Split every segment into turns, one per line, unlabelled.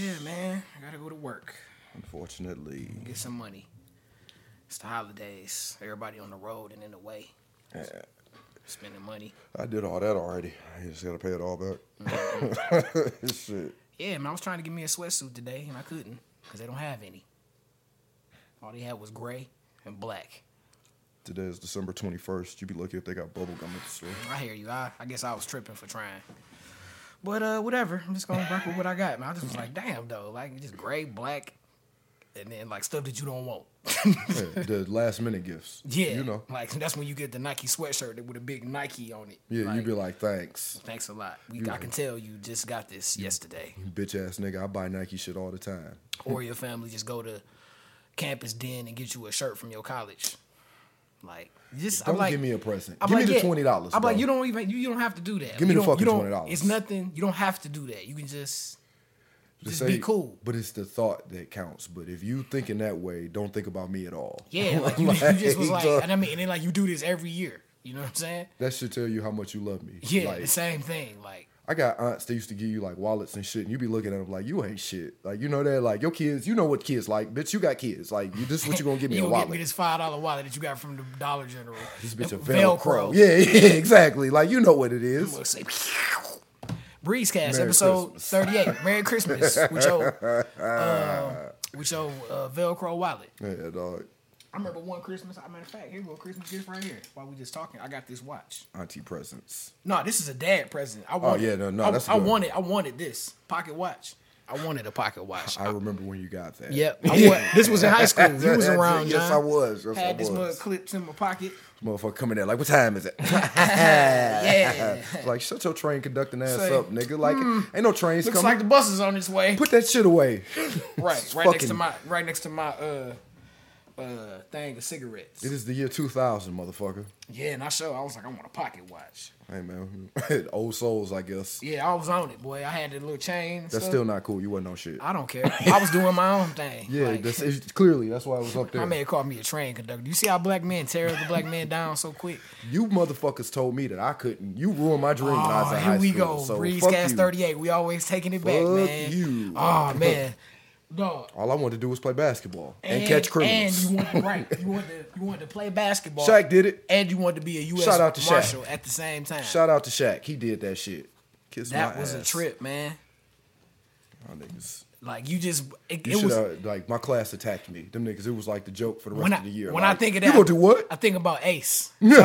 Yeah, man. I gotta go to work.
Unfortunately.
Get some money. It's the holidays. Everybody on the road and in the way.
Yeah,
Spending money.
I did all that already. I just gotta pay it all back.
Mm-hmm.
Shit.
Yeah, man, I was trying to get me a sweatsuit today and I couldn't because they don't have any. All they had was gray and black.
Today is December 21st. You'd be lucky if they got bubble gum at the store.
I hear you. I, I guess I was tripping for trying. But uh, whatever. I'm just gonna work with what I got, man. I just was like, damn, though, like just gray, black, and then like stuff that you don't want.
Yeah, the last minute gifts.
yeah,
You know.
like that's when you get the Nike sweatshirt with a big Nike on it.
Yeah, you'd be like, thanks.
thanks a lot. We, I can tell you just got this yesterday.
Bitch ass nigga, I buy Nike shit all the time.
or your family just go to campus den and get you a shirt from your college. Like just
Don't
I'm like,
give me a present.
I'm
give
like,
me the
yeah.
twenty dollars.
I'm like you don't even you, you don't have to do that.
Give me
You
the
don't- you
fucking
don't-
$20.
It's nothing. You don't have to do that. You can just just be cool.
But it's the thought that counts. But if you thinking that way, don't think about me at all.
yeah. Like you, you just was like,
uh,
and I mean, and then like you do this every year. You know what I'm saying?
that should tell you how much you love me.
Yeah,
Like,
the same thing. Like
I got aunts that used to give you like wallets and shit, and you be looking at them like you ain't shit. Like you know that like your kids, you know what kids like, bitch. You got kids. Like you, this is what you gonna give me
you
a
gonna
wallet.
get me this five dollar wallet that you got from the Dollar General.
this bitch a
Velcro.
Velcro. Yeah, yeah, exactly. Like you know what it is.
We'll say, Breezecast
Merry
episode
Christmas.
38. Merry Christmas with your, uh, with your uh, Velcro wallet.
Yeah, dog.
I remember one Christmas. I matter of fact, here go Christmas gift right here. While we just talking, I got this watch.
Auntie presents.
No, this is a dad present. I wanted,
Oh, yeah, no, no,
I,
that's
I
good.
wanted, I wanted this pocket watch. I wanted a pocket watch.
I remember when you got that.
yep, I wa- this was in high school. You was
That's it.
around,
Yes,
John.
I was. Yes, I
Had this mug
was.
clips in my pocket.
Motherfucker coming there like, what time is it?
Yeah,
like, shut your train conducting ass
Say, hmm.
up, nigga. Like, ain't no trains
looks
coming.
like the bus is on its way.
Put that shit away.
Right, right next to
fucking-
my right next to my uh uh thing of cigarettes.
It is the year 2000, motherfucker.
Yeah, and I show I was like, I want a pocket watch.
Hey man, old souls, I guess.
Yeah, I was on it, boy. I had the little chain. and
That's
stuff.
still not cool. You wasn't on shit.
I don't care. I was doing my own thing.
Yeah,
like,
that's, it's, clearly that's why I was up
my
there.
man called me a train conductor. You see how black men tear the black man down so quick?
you motherfuckers told me that I couldn't. You ruined my dream when I
Oh,
was in high
here we
school.
go.
So fuck
Breezecast
you.
thirty eight. We always taking it back,
Fuck
man.
you.
Oh man. Dog.
All I wanted to do was play basketball and, catch criminals.
And you wanted right. You wanted you wanted to play basketball.
Shaq did it.
And you wanted to be a U.S.
Shout out to Shaq.
marshal at the same time.
Shout out to Shaq. He did that shit. Kiss
that
my
was a
ass.
trip, man.
My niggas.
Like you just it,
You
it
should
was
have, like, my class attacked me. Them niggas, it was like the joke for the rest
when I
of the year.
when I
Like,
think of that.
You gonna do what?
I think about Ace. Shout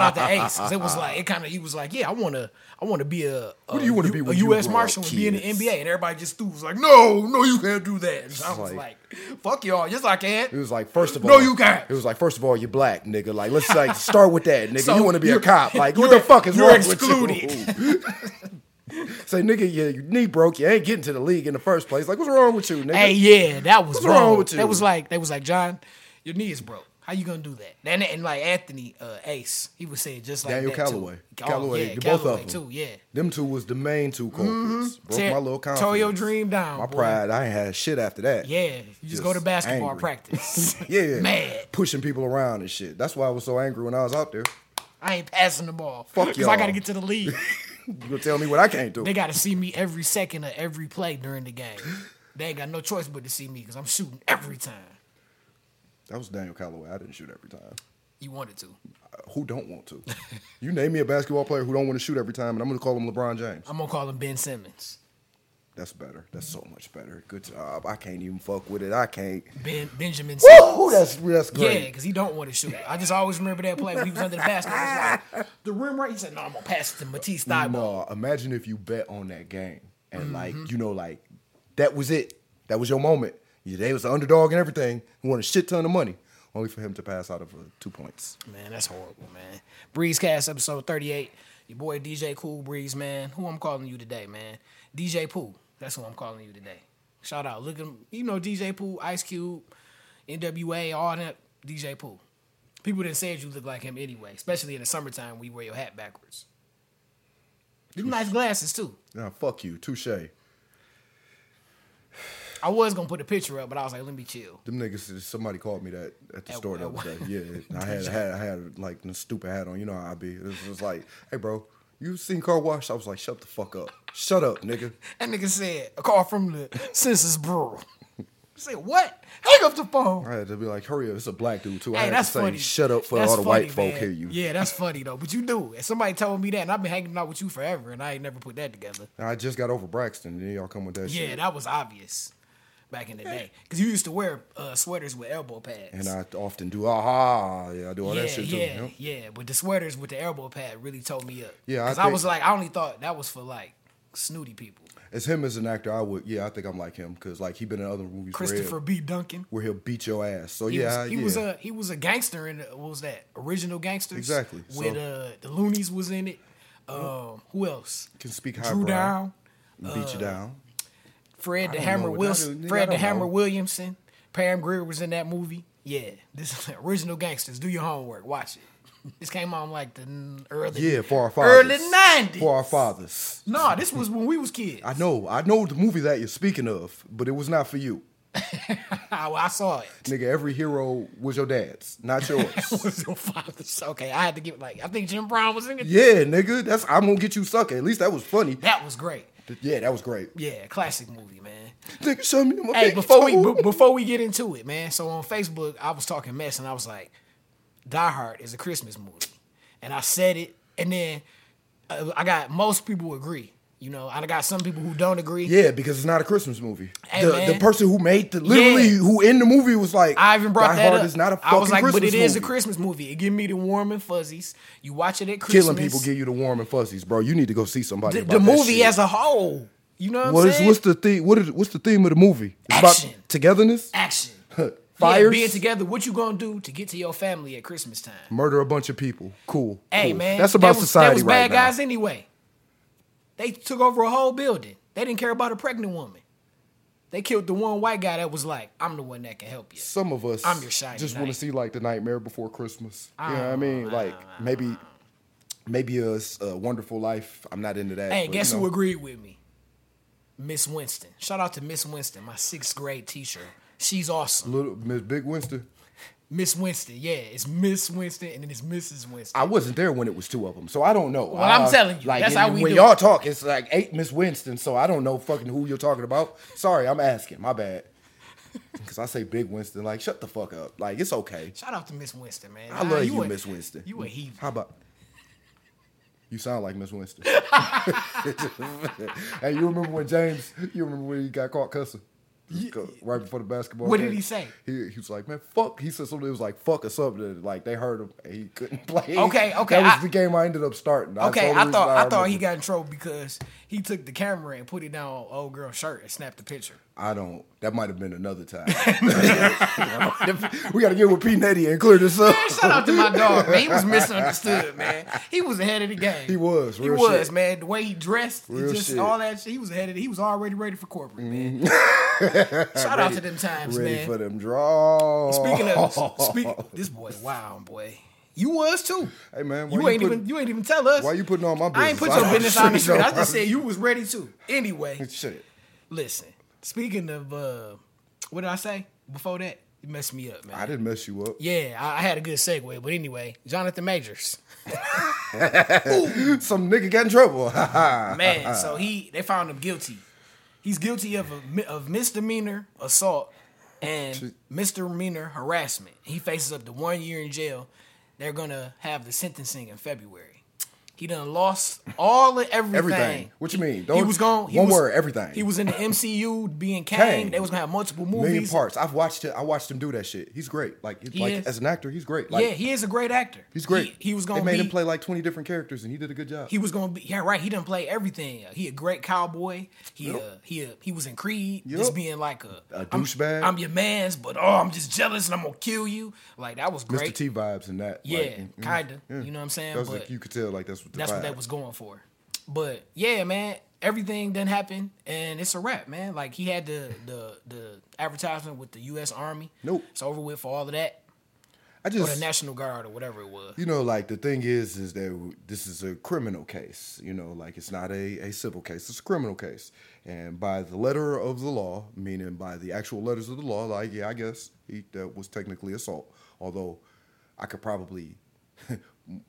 out to Ace. 'cause It was like it kind of he was like, yeah, I wanna I wanna be a, a
do you wanna be
U-
when
a
you
U.S.
grow up,
marshal and be in the
kids?
NBA, and everybody just threw was like, no, no, you can't do that. And I was like,
like-
fuck y'all, yes I can.
It was like, first of all,
No, you can't.
It was like, first of all, you're black, nigga. Like, let's like start with that, nigga. you want to be a
you're-
cop? Like, what
you're-
the fuck is
you're
wrong
excluded.
with you? Say, nigga, your, your knee broke. You ain't getting to the league in the first place. Like, what's wrong with you, nigga?
Hey, yeah, that was
What's wrong
wrong.
with you?
That was like they was like John, your knee is broke. How you gonna do that? And, and like Anthony uh, Ace, he was saying just like
Daniel
that
Calloway.
too. Oh,
Calloway,
yeah,
they both of
Calloway
them.
too. Yeah,
Them two was the main two culprits. Broke
Mm-hmm. Tear-
my little confidence.
Tore your dream down.
My
boy.
pride. I ain't had shit after that.
Yeah, you just, go to
Just
basketball
angry.
practice.
Yeah.
Mad.
Pushing people around and shit. That's why I was so angry when I was out there.
I ain't passing the ball.
Fuck
Because I
y'all.
got to get to the league.
You gonna tell me what I can't do?
they got to see me every second of every play during the game. They ain't got no choice but to see me because I'm shooting every time.
That was Daniel Calloway. I didn't shoot every time.
You wanted to.
Who don't want to? you name me a basketball player who don't want to shoot every time, and I'm gonna call him LeBron James.
I'm going to call him Ben Simmons.
That's better. That's so much better. Good job. I can't even fuck with it. I can't.
Ben Benjamin Simmons.
Woo! That's that's
Yeah,
great.
because he don't want to shoot. I just always remember that play when he was under the basket. I was like, the rim right. He said, no, I'm going to pass it to Matisse Thibault.
No, imagine if you bet on that game and like you know like that was it. That was your moment. You they was the underdog and everything. You won a shit ton of money, only for him to pass out of uh, two points.
Man, that's horrible, man. Breezecast episode 38. Your boy DJ Cool Breeze, man. Who I'm calling you today, man? DJ Pooh. That's who I'm calling you today. Shout out. Look at him. You know DJ Pooh, Ice Cube, NWA, all that. DJ Pooh. People didn't say you look like him anyway, especially in the summertime when you wear your hat backwards. You nice glasses, too.
Nah, fuck you, touche. Them
I was going to put a picture up, but I was like, let me chill.
niggas. Somebody called me that at the
At-
store the
at
other day. Yeah, I had, I had I had like a stupid hat on. You know how I be. It was, just like, hey, bro, you You seen car wash? I was like, shut the fuck up. Shut up, nigga.
That nigga said a call from the Census Bureau. Say what? Hang up the phone.
I had to be like, hurry up. It's a black dude too. I
Hey,
had
that's
to say,
funny.
shut up for
That's
all the
funny,
white folk
man.
hear you.
Yeah, that's funny though. But you do. And somebody told me that, and I've been hanging out with you forever, and I ain't never put that together.
And I just got over Braxton, and then y'all come with that
Yeah,
shit.
that was obvious back in the day because you used to wear uh, sweaters with elbow pads.
And I often do, aha, yeah, I do all
yeah,
that shit too.
yeah,
Yep.
yeah. But the sweaters with the elbow pad really told me up.
Yeah, I
because I,
think-
was like, I only thought that was for like snooty people.
As him as an actor, I would, yeah, I think I'm like him because like he been in other movies where
Christopher
he'll,
B. Duncan.
where he'll beat your ass. So
He
yeah,
was, he
yeah.
was uh, a he was a gangster in the, what was that original gangsters
Exactly, so-
With uh, the Loonies was in it. Um, who else?
can speak high
Drew Down, Uh,
beat you down.
Fred the
don't
Hammer
know what that
Wilson,
is. Nigga, I
Fred the
don't
Hammer
know.
Williamson. Pam Grier was in that movie. Yeah, this is original gangsters. Do your homework. Watch it. This came on like the n- early
Yeah, for our fathers.
early nineties.
For our fathers.
No, this was when we was kids.
I know, I know the movie that you're speaking of, but it was not for you.
I, I saw it.
Nigga, every hero was your dad's, not yours.
was your father's. Okay, I had to get like I think Jim Brown was in it.
yeah, nigga, that's I'm gonna get you sucker. At least that was funny.
That was great.
Yeah, that was great.
Yeah, classic movie, man.
Nigga, show me
Hey,
my pinky
before we
toe.
b- before we get into it, man. So on Facebook, I was talking mess, and I was like, "Die Hard is a Christmas movie," and I said it, and then uh, I got most people agree. You know, and I got some people who don't agree.
Yeah, because it's not a Christmas movie.
Hey,
the,
man.
the person who made the literally
Yeah.
who in the movie was like,
I even brought
Die
that
Hard
up.
is not a fucking
I was like,
Christmas
but it is a
movie.
Christmas movie. It give me the warm and fuzzies. You watch it at Christmas.
Killing people give you the warm and fuzzies, bro. You need to go see somebody.
the,
about
the
that
movie
shit.
as a whole. You know what
What
I'm
is
saying?
what's the theme? What is what's the theme of the movie? It's
Action.
about togetherness.
action?
Fires?
Yeah, being together. What you gonna do to get to your family at Christmas time?
Murder a bunch of people. Cool.
Hey
Cool.
man,
That's about
they was,
society
They was bad
right now.
guys anyway. They took over a whole building. They didn't care about a pregnant woman. They killed the one white guy that was like, "I'm the one that can help you."
Some of us
I'm your shiny
just want
knight. Ah.
to see like the Nightmare Before Christmas. You know what I mean? Like maybe maybe a, s- a Wonderful Life. I'm not into that.
Hey,
but,
guess
you
who
know.
agreed with me? Miss Winston. Shout out to Miss Winston, my sixth grade teacher. She's awesome.
Little Miss Big Winston.
Miss Winston, yeah, it's Miss Winston and then it's Mrs. Winston.
I wasn't there when it was two of them, so I don't know.
Well, I'm
I-
telling you,
like
that's
and
how we
when
do
y'all
it.
talk, it's like eight Miss Winston, so I don't know fucking who you're talking about. Sorry, I'm asking. My bad. Because I say Big Winston, like shut the fuck up. Like it's okay.
Shout out to Miss Winston, man.
I
Nah,
love you,
a-
Miss Winston.
You a heathen.
How about you sound like Miss Winston? hey, you remember when James? You remember when he got caught cussing? Right before the basketball.
What did
game?
he say?
He, he was like, "Man, fuck." He said something. It was like, "Fuck" or something. Like they heard him. And he couldn't play.
Okay, okay,
That was
I-
the game I ended up starting. That's the
Okay,
only
I
reason
thought I, thought
remember.
he got in trouble because he took the camera and put it down on old girl's shirt and snapped the picture.
I don't. That might have been another time. we got to get with P Netty and clear this up.
Man, shout out to my dog, man. He was misunderstood, man. He was ahead of the game.
He was,
he
real
was,
shit.
man. The way he dressed, he
Real
just
shit.
all that shit. He was ahead of. He was already ready for corporate, man. shout out to them times,
Mm-hmm. Ready
man.
for them draws.
Speaking of speaking, this boy, wow, boy. You was too.
Hey, man, why
you,
you
ain't
putting-
even you ain't even tell us.
Why you putting on my business?
I ain't put
I
your
don't
business on the
really
street. I
know.
just said you was ready to. Anyway,
Shit.
listen. Speaking of, uh, what did I say before that? You messed me up, man.
I didn't mess you up.
Yeah, I, I had a good segue, but anyway, Jonathan Majors,
Some nigga got in trouble.
man. so he they found him guilty. He's guilty of a, mi- of misdemeanor assault and misdemeanor harassment. He faces up to one year in jail. They're gonna have the sentencing in February. He done lost all of everything.
Everything. What you mean?
He
Don't-
was gone. He
one
was-
word, everything.
He was in the MCU being Kane.
Kang.
They was gonna have multiple
Million
movies.
parts. I've watched it. I watched him do that shit. He's great. Like, he-
He is.
like as an actor, he's great. Like,
yeah, he is a great actor.
he's great.
He, he was gonna
They made
be,
him play like twenty different characters, and he did a good job.
he was gonna be yeah right. He didn't play everything. He a great cowboy. He uh, he uh, he was in Creed, just
Yep.
being like a,
A
I'm-
douchebag.
I'm, your man's, but oh, I'm just jealous and I'm gonna kill you. Like that was
Mr.
great.
T vibes and that.
yeah,
like, mm,
kinda. You know what I'm saying?
That was
but
like you could tell like that's what the
that's what
vibe.
they was going for. But yeah, man, everything done happened and it's a wrap, man. Like he had the the the advertisement with the U.S. Army.
Nope.
it's over with for all of that.
I
Or the
just
National Guard or whatever it was.
you know like the thing is is that this is a criminal case you know like it's not a, a civil case it's a criminal case and by the letter of the law meaning by the actual letters of the law like yeah i guess he, that was technically assault although i could probably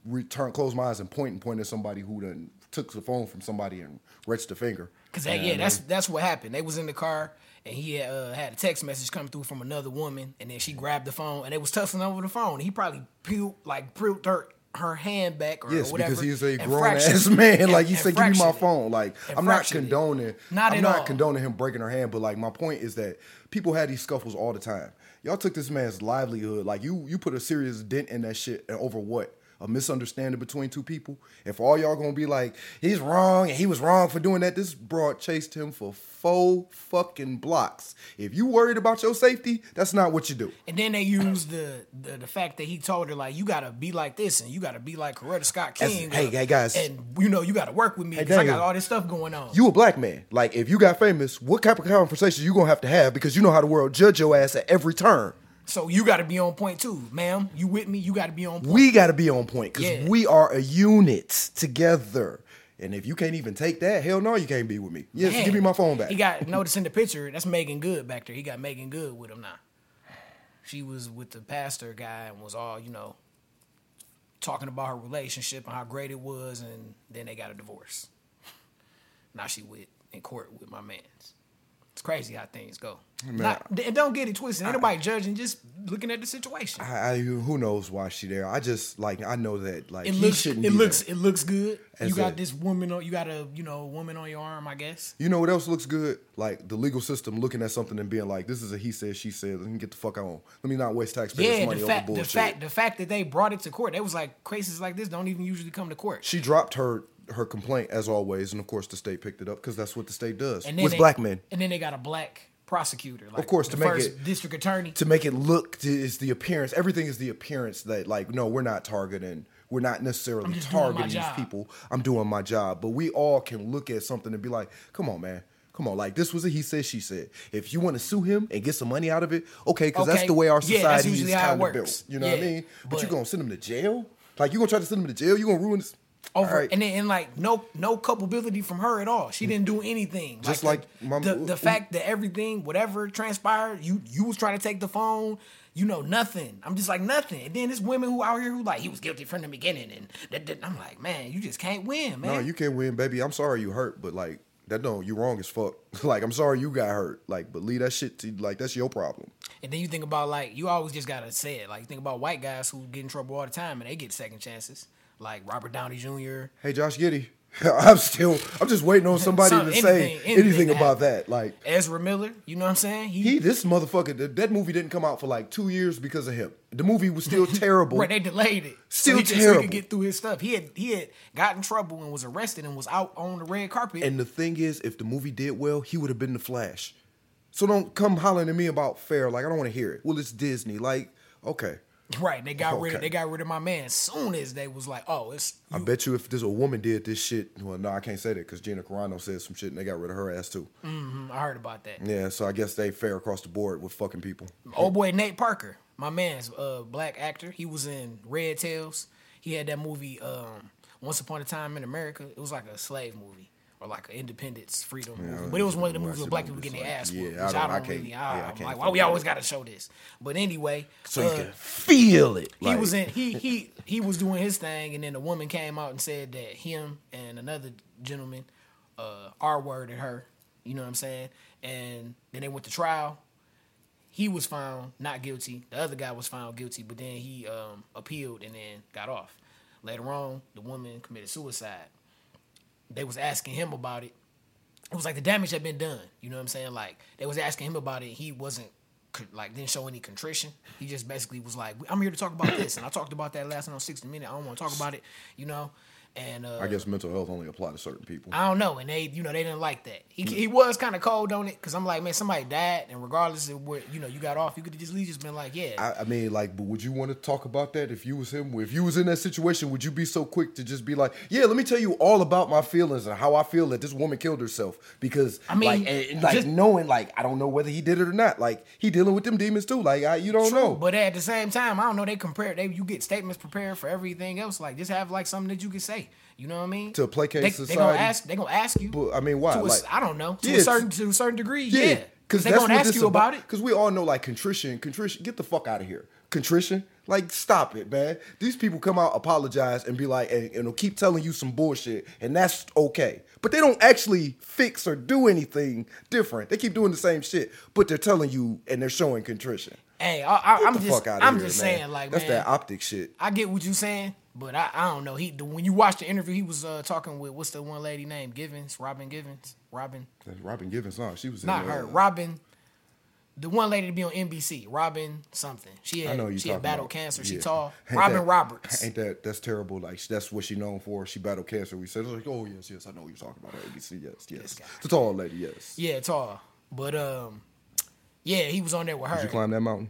return close my eyes and point and point at somebody who done took the phone from somebody and wrenched the finger.
Cause that, yeah, that's that's what happened. They was in the car and he had, uh, had a text message come through from another woman, and then she grabbed the phone and they was tussling over the phone. He probably peeled like peeled her her hand back or
Yes,
whatever.
because he's a
and
grown
fractured
ass
it.
man.
And-
like you
and
said, give me my
fractured it.
phone. Like
And
I'm not
fractured it.
condoning.
Not
I'm
at
not
all.
condoning him breaking her hand, but like my point is that people had these scuffles all the time. Y'all took this man's livelihood. Like you, you put a serious dent in that shit. And over what? A misunderstanding between two people. If all y'all gonna be like, he's wrong and he was wrong for doing that. This broad chased him for four fucking blocks. If you worried about your safety, that's not what you do.
And then they used the, the the fact that he told her like you gotta be like this and you gotta be like Coretta Scott
That's-
King.
hey,
uh,
hey, guys.
and you know you gotta work with me because I
Daniel.
got all this stuff going on.
you a black man. Like if you got famous, what type of conversation you gonna have to have because you know how the world judge your ass at every turn.
so you gotta be on point too, ma'am. You with me? You gotta be on. point.
We gotta be on point because
Yeah.
we are a unit together. And if you can't even take that, hell no, you can't be with me. Yes,
Man.
give me my phone back.
He got notice in the picture. That's Megan Good back there. He got Megan Good with him now. She was with the pastor guy and was all you know talking about her relationship and how great it was, and then they got a divorce. Now she with in court with my man's. It's crazy how things go. Not, and don't get it twisted. Ain't nobody judging. Just looking at the situation.
I, I, who knows why she there? I just like I know that like
it
he
looks. It
shouldn't. be
looks.
there.
It looks good.
That's
you got
it.
this woman. on You got a you know woman on your arm. I guess.
You know what else looks good? Like the legal system looking at something and being like, "This is a he said, she said. Let me get the fuck on. Let me not waste taxpayers'
Yeah,
money
the
over
fact, the
bullshit."
fact, the fact that they brought it to court, they was like cases like this don't even usually come to court.
She dropped her her complaint as always, and of course the state picked it up because that's what the state does
And
with
they-
black men.
and then they got a black prosecutor, like
Of course,
the
to make
first
it-
district attorney.
To make it look to, is the appearance. Everything is the appearance that like no, we're not targeting. We're not necessarily
just doing my
targeting these
job.
people. I'm doing my job, but we all can look at something and be like, "Come on, man." Come on, like this was a he said, she said. If you want to sue him and get some money out of it, okay, because that's
Okay.
the way our
Yeah, that's
society
usually
is
how it
kind of built.
works.
You know what I
Yeah,
mean? But, you
but-
gonna send him to jail? Like you gonna try to send him to jail? You gonna ruin this?
over
All right.
and then and like no no culpability from her at all. She didn't do anything.
Just like
the,
my-
the, the fact that everything whatever transpired, you you was trying to take the phone. You know nothing. I'm just like nothing. And then there's women who out here who like he was guilty from the beginning, and that, that- I'm like, man, you just can't win, man.
No, you can win, baby. I'm sorry you hurt, but like that don't you wrong as fuck. like I'm sorry you got hurt. Like, but leave that shit to like that's your problem.
And then you think about like you always just gotta say it. Like you think about white guys who get in trouble all the time and they get second chances. Like Robert Downey Jr.
Hey Josh Giddy. I'm still I'm just waiting on somebody
Some-
to say
anything-
anything,
anything to
about that. Like
Ezra Miller, you know what I'm saying?
he this motherfucker that, that movie didn't come out for like two years because of him. The movie was still terrible.
Right, they delayed it.
Still
so he could- so he
terrible.
could get through his stuff. He had he had got in trouble and was arrested and was out on the red carpet.
And the thing is, if the movie did well, he would have been the Flash. So don't come hollering at me about fair. Like I don't want to hear it. Well, it's Disney. Like okay.
right, they got rid of
Okay.
they got rid of my man. Soon as they was like, oh, it's
I bet you if this a woman did this shit, well, no, I can't say that because Gina Carano said some shit and they got rid of her ass too.
mm, I heard about that.
Yeah, so I guess they fair across the board with fucking people.
Old boy Nate Parker, my man's uh black actor. He was in Red Tails. He had that movie um Once Upon a Time in America. It was like a slave movie or like an independence freedom movie. But it was one of the movies where black people getting their ass
Yeah,
whooped.
I
which
don't-
I
I
don't
can't-
really
yeah, I
I, am
can't
like, why we
fuck
always gotta show this? But anyway,
So
uh,
you can feel it.
he was in he he he was doing his thing and then the woman came out and said that him and another gentleman uh r worded her you know what i'm saying and then they went to trial he was found not guilty the other guy was found guilty but then he um appealed and then got off later on the woman committed suicide they was asking him about it it was like the damage had been done. You know what I'm saying? Like they was asking him about it. He wasn't con- like didn't show any contrition. He just basically was like, "I'm here to talk about this," and I talked about that last night on 60 Minute. I don't want to talk about it, you know. And uh,
I guess mental health only apply to certain people.
I don't know, and they, you know, they didn't like that. He, he was kind of cold on it because I'm like, man, somebody died, and regardless of what you know, you got off. You could have just at least just been like, yeah,
I, I mean, like, but would you want to talk about that if you was him? If you was in that situation, would you be so quick to just be like, "Yeah, let me tell you all about my feelings and how I feel that this woman killed herself"? Because I
I
mean,
mean,
like, and- and, like,
just-
knowing, like, I don't know whether he did it or not. Like, he dealing with them demons too. Like, I, you don't know.
But at the same time, I don't know. They compare. They you get statements prepared for everything else. Like just have like something that you can say. You know what I mean?
To placate
they, They gonna
society.
ask. They gonna ask you.
But, I mean, why?
To a s-
Like-
I don't know. To
Yeah,
a
it's-
certain to a certain degree. Yeah. Because they
that's
gonna
what
ask
this
you about, it.
Because we all know, like contrition, contrition. Get the fuck out of here. contrition. Like, stop it, man. These people come out, apologize, and be like, and, and they'll keep telling you some bullshit, and that's okay. But they don't actually fix or do anything different. They keep doing the same shit, but they're telling you and they're showing contrition.
Hey, I, I,
Get
I'm
the
just,
fuck out of
I'm
here,
just
man.
saying, like,
that's
man,
that optic shit.
I get what you're saying, but I, I don't know. He the, when you watch the interview, he was uh, talking with what's the one lady name? Givens, Robin Givens, Robin,
That's Robin Givens, huh? She was in
not
the,
her,
uh,
Robin. The one lady to be on NBC, Robin something. She
I
had,
know who you
she had
talking
battled
about.
cancer. She
Yeah.
tall.
Ain't
Robin
that-
Roberts.
Ain't that that's terrible? Like that's what she known for. She battled cancer. We said it's like, oh yes, yes, I know what you're talking about. ABC, yes, yes.
guy.
The tall lady, yes.
Yeah, tall. But um, yeah, he was on there with her.
Did you climb that mountain?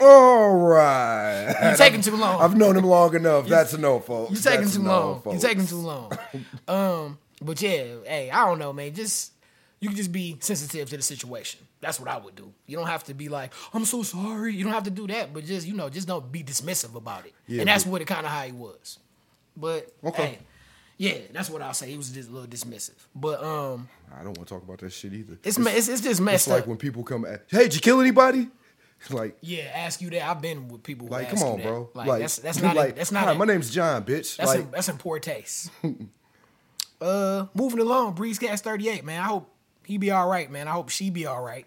All right.
You're taking too long.
I've known him long enough. That's a no, folks.
You taking
That's a
too
no,
long. You
folks.
taking too long. um, but yeah, hey, I don't know, man. Just you can just be sensitive to the situation. That's what I would do. You don't have to be like, I'm so sorry. You don't have to do that, but just you know, just don't be dismissive about it.
Yeah,
and that's
but-
what it kind of how he was. But
Okay.
hey, yeah, that's what I'll say. He was just a little dismissive, but um,
I don't want to talk about that shit either.
it's me- it's, it's just messed
it's like
up.
when people come at, hey, did you kill anybody? Like,
yeah, ask you that. I've been with people who
like,
ask
come on,
you that.
bro.
Like, that's that's not in, that's not
hi,
in-
my name's John, bitch.
That's
like,
in, that's in poor taste. uh, moving along, Breezecast thirty eight, man. I hope he be all right, man. I hope she be all right.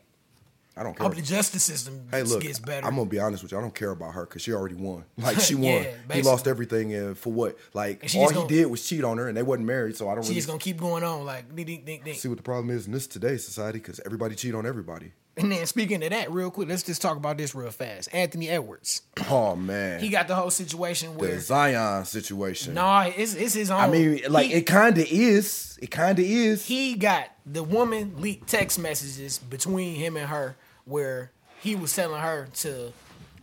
I don't
I
care.
hope the justice system
Hey, look,
gets better.
I'm gonna be honest with you. I don't care about her because she already won. Like she
Yeah,
won. he
basically.
lost everything and for what? Like
And she
all
just
he
gonna-
did was cheat on her, and they wasn't married. So I don't
She
really
just gonna keep going on, like ding, ding, ding, ding.
see what the problem is in this today's society because everybody cheat on everybody.
And then speaking of that, real quick, let's just talk about this real fast. Anthony Edwards,
Oh man,
he got the whole situation
the
where
Zion situation.
nah, it's it's his own.
I mean, like
he,
it kind of is. It kind of is.
he got the woman leaked text messages between him and her where he was telling her to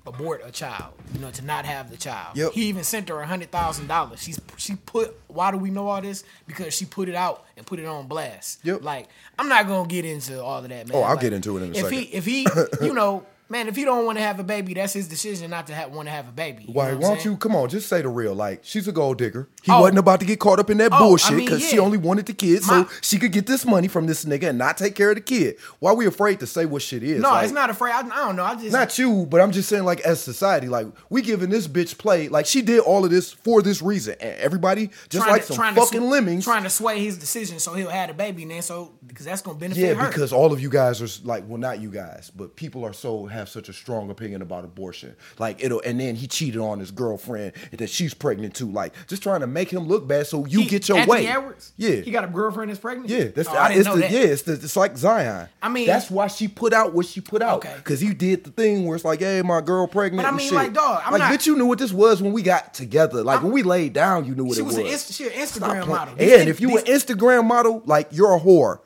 abort a child, you know, to not have the child.
Yep.
He even sent her a hundred thousand dollars. She's she put why do we know all this? Because she put it out and put it on blast.
Yep.
Like, I'm not gonna get into all of that, man.
Oh, I'll
Like,
get into it in a
if
second.
He, if he you know, man, if he don't want to have a baby, that's his decision not to have want to have a baby. You
Why
know what I'm
won't
saying?
you come on? Just say the real. Like she's a gold digger. He
Oh.
wasn't about to get caught up in that
Oh, I
bullshit
mean,
because she
yeah.
only wanted the kid,
My-
so she could get this money from this nigga and not take care of the kid. Why we afraid to say what shit is?
No,
Like,
it's not afraid. I, I don't know. I just
Not you, but I'm just saying, like as society, like we giving this bitch play. Like she did all of this for this reason, and everybody just like some
to
fucking
sw-
lemmings.
trying to sway his decision so he'll have a baby, man. So because that's gonna benefit
Yeah,
her.
because all of you guys are s- like, well, not you guys, but people are so have such a strong opinion about abortion. Like it'll, and then he cheated on his girlfriend that she's pregnant too. Like just trying to make him look bad so you
He-
get your
Anthony
way.
Edwards?
Yeah,
he got a girlfriend that's pregnant.
yeah. That's
oh, I didn't
it's
know
the,
that.
yeah. It's the, it's like Zion.
I mean-
that's why she put out what she put out
Okay.
because he did the thing where it's like, hey, my girl pregnant.
But I
and
mean,
shit.
like, dog, I'm
like
not-
bitch, you knew what this was when we got together. Like when we laid down, you knew what
She
it
was,
was.
an Inst- she an Instagram
Stop
model.
playing. And if you
these,
an Instagram model, like you're a whore.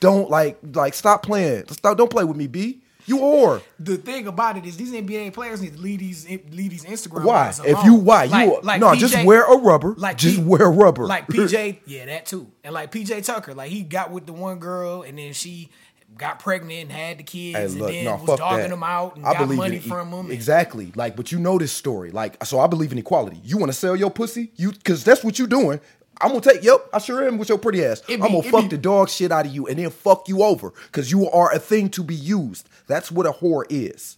Don't like like stop playing. Stop, don't play with me, B. You a whore.
the thing about it is these NBA players need to leave these leave these Instagram.
Why?
models
If
alone.
you why you a- no, just
PJ
wear a rubber.
like
just
P-
wear rubber.
Like PJ, yeah, that too. And like PJ Tucker, like he got with the one girl and then she. Got pregnant and had the kids,
Hey,
and
look,
then
no,
was
fuck
dogging
that.
them out and
I
got
believe
money
in, e
from them.
Exactly. Like, but you know this story. Like, so I believe in equality. You want to sell your pussy? You because that's what you're doing. I'm gonna take. Yep, I sure am with your pretty ass.
It be-
I'm gonna
it
fuck
be-
the dog shit out of you and then fuck you over because you are a thing to be used. That's what a whore is.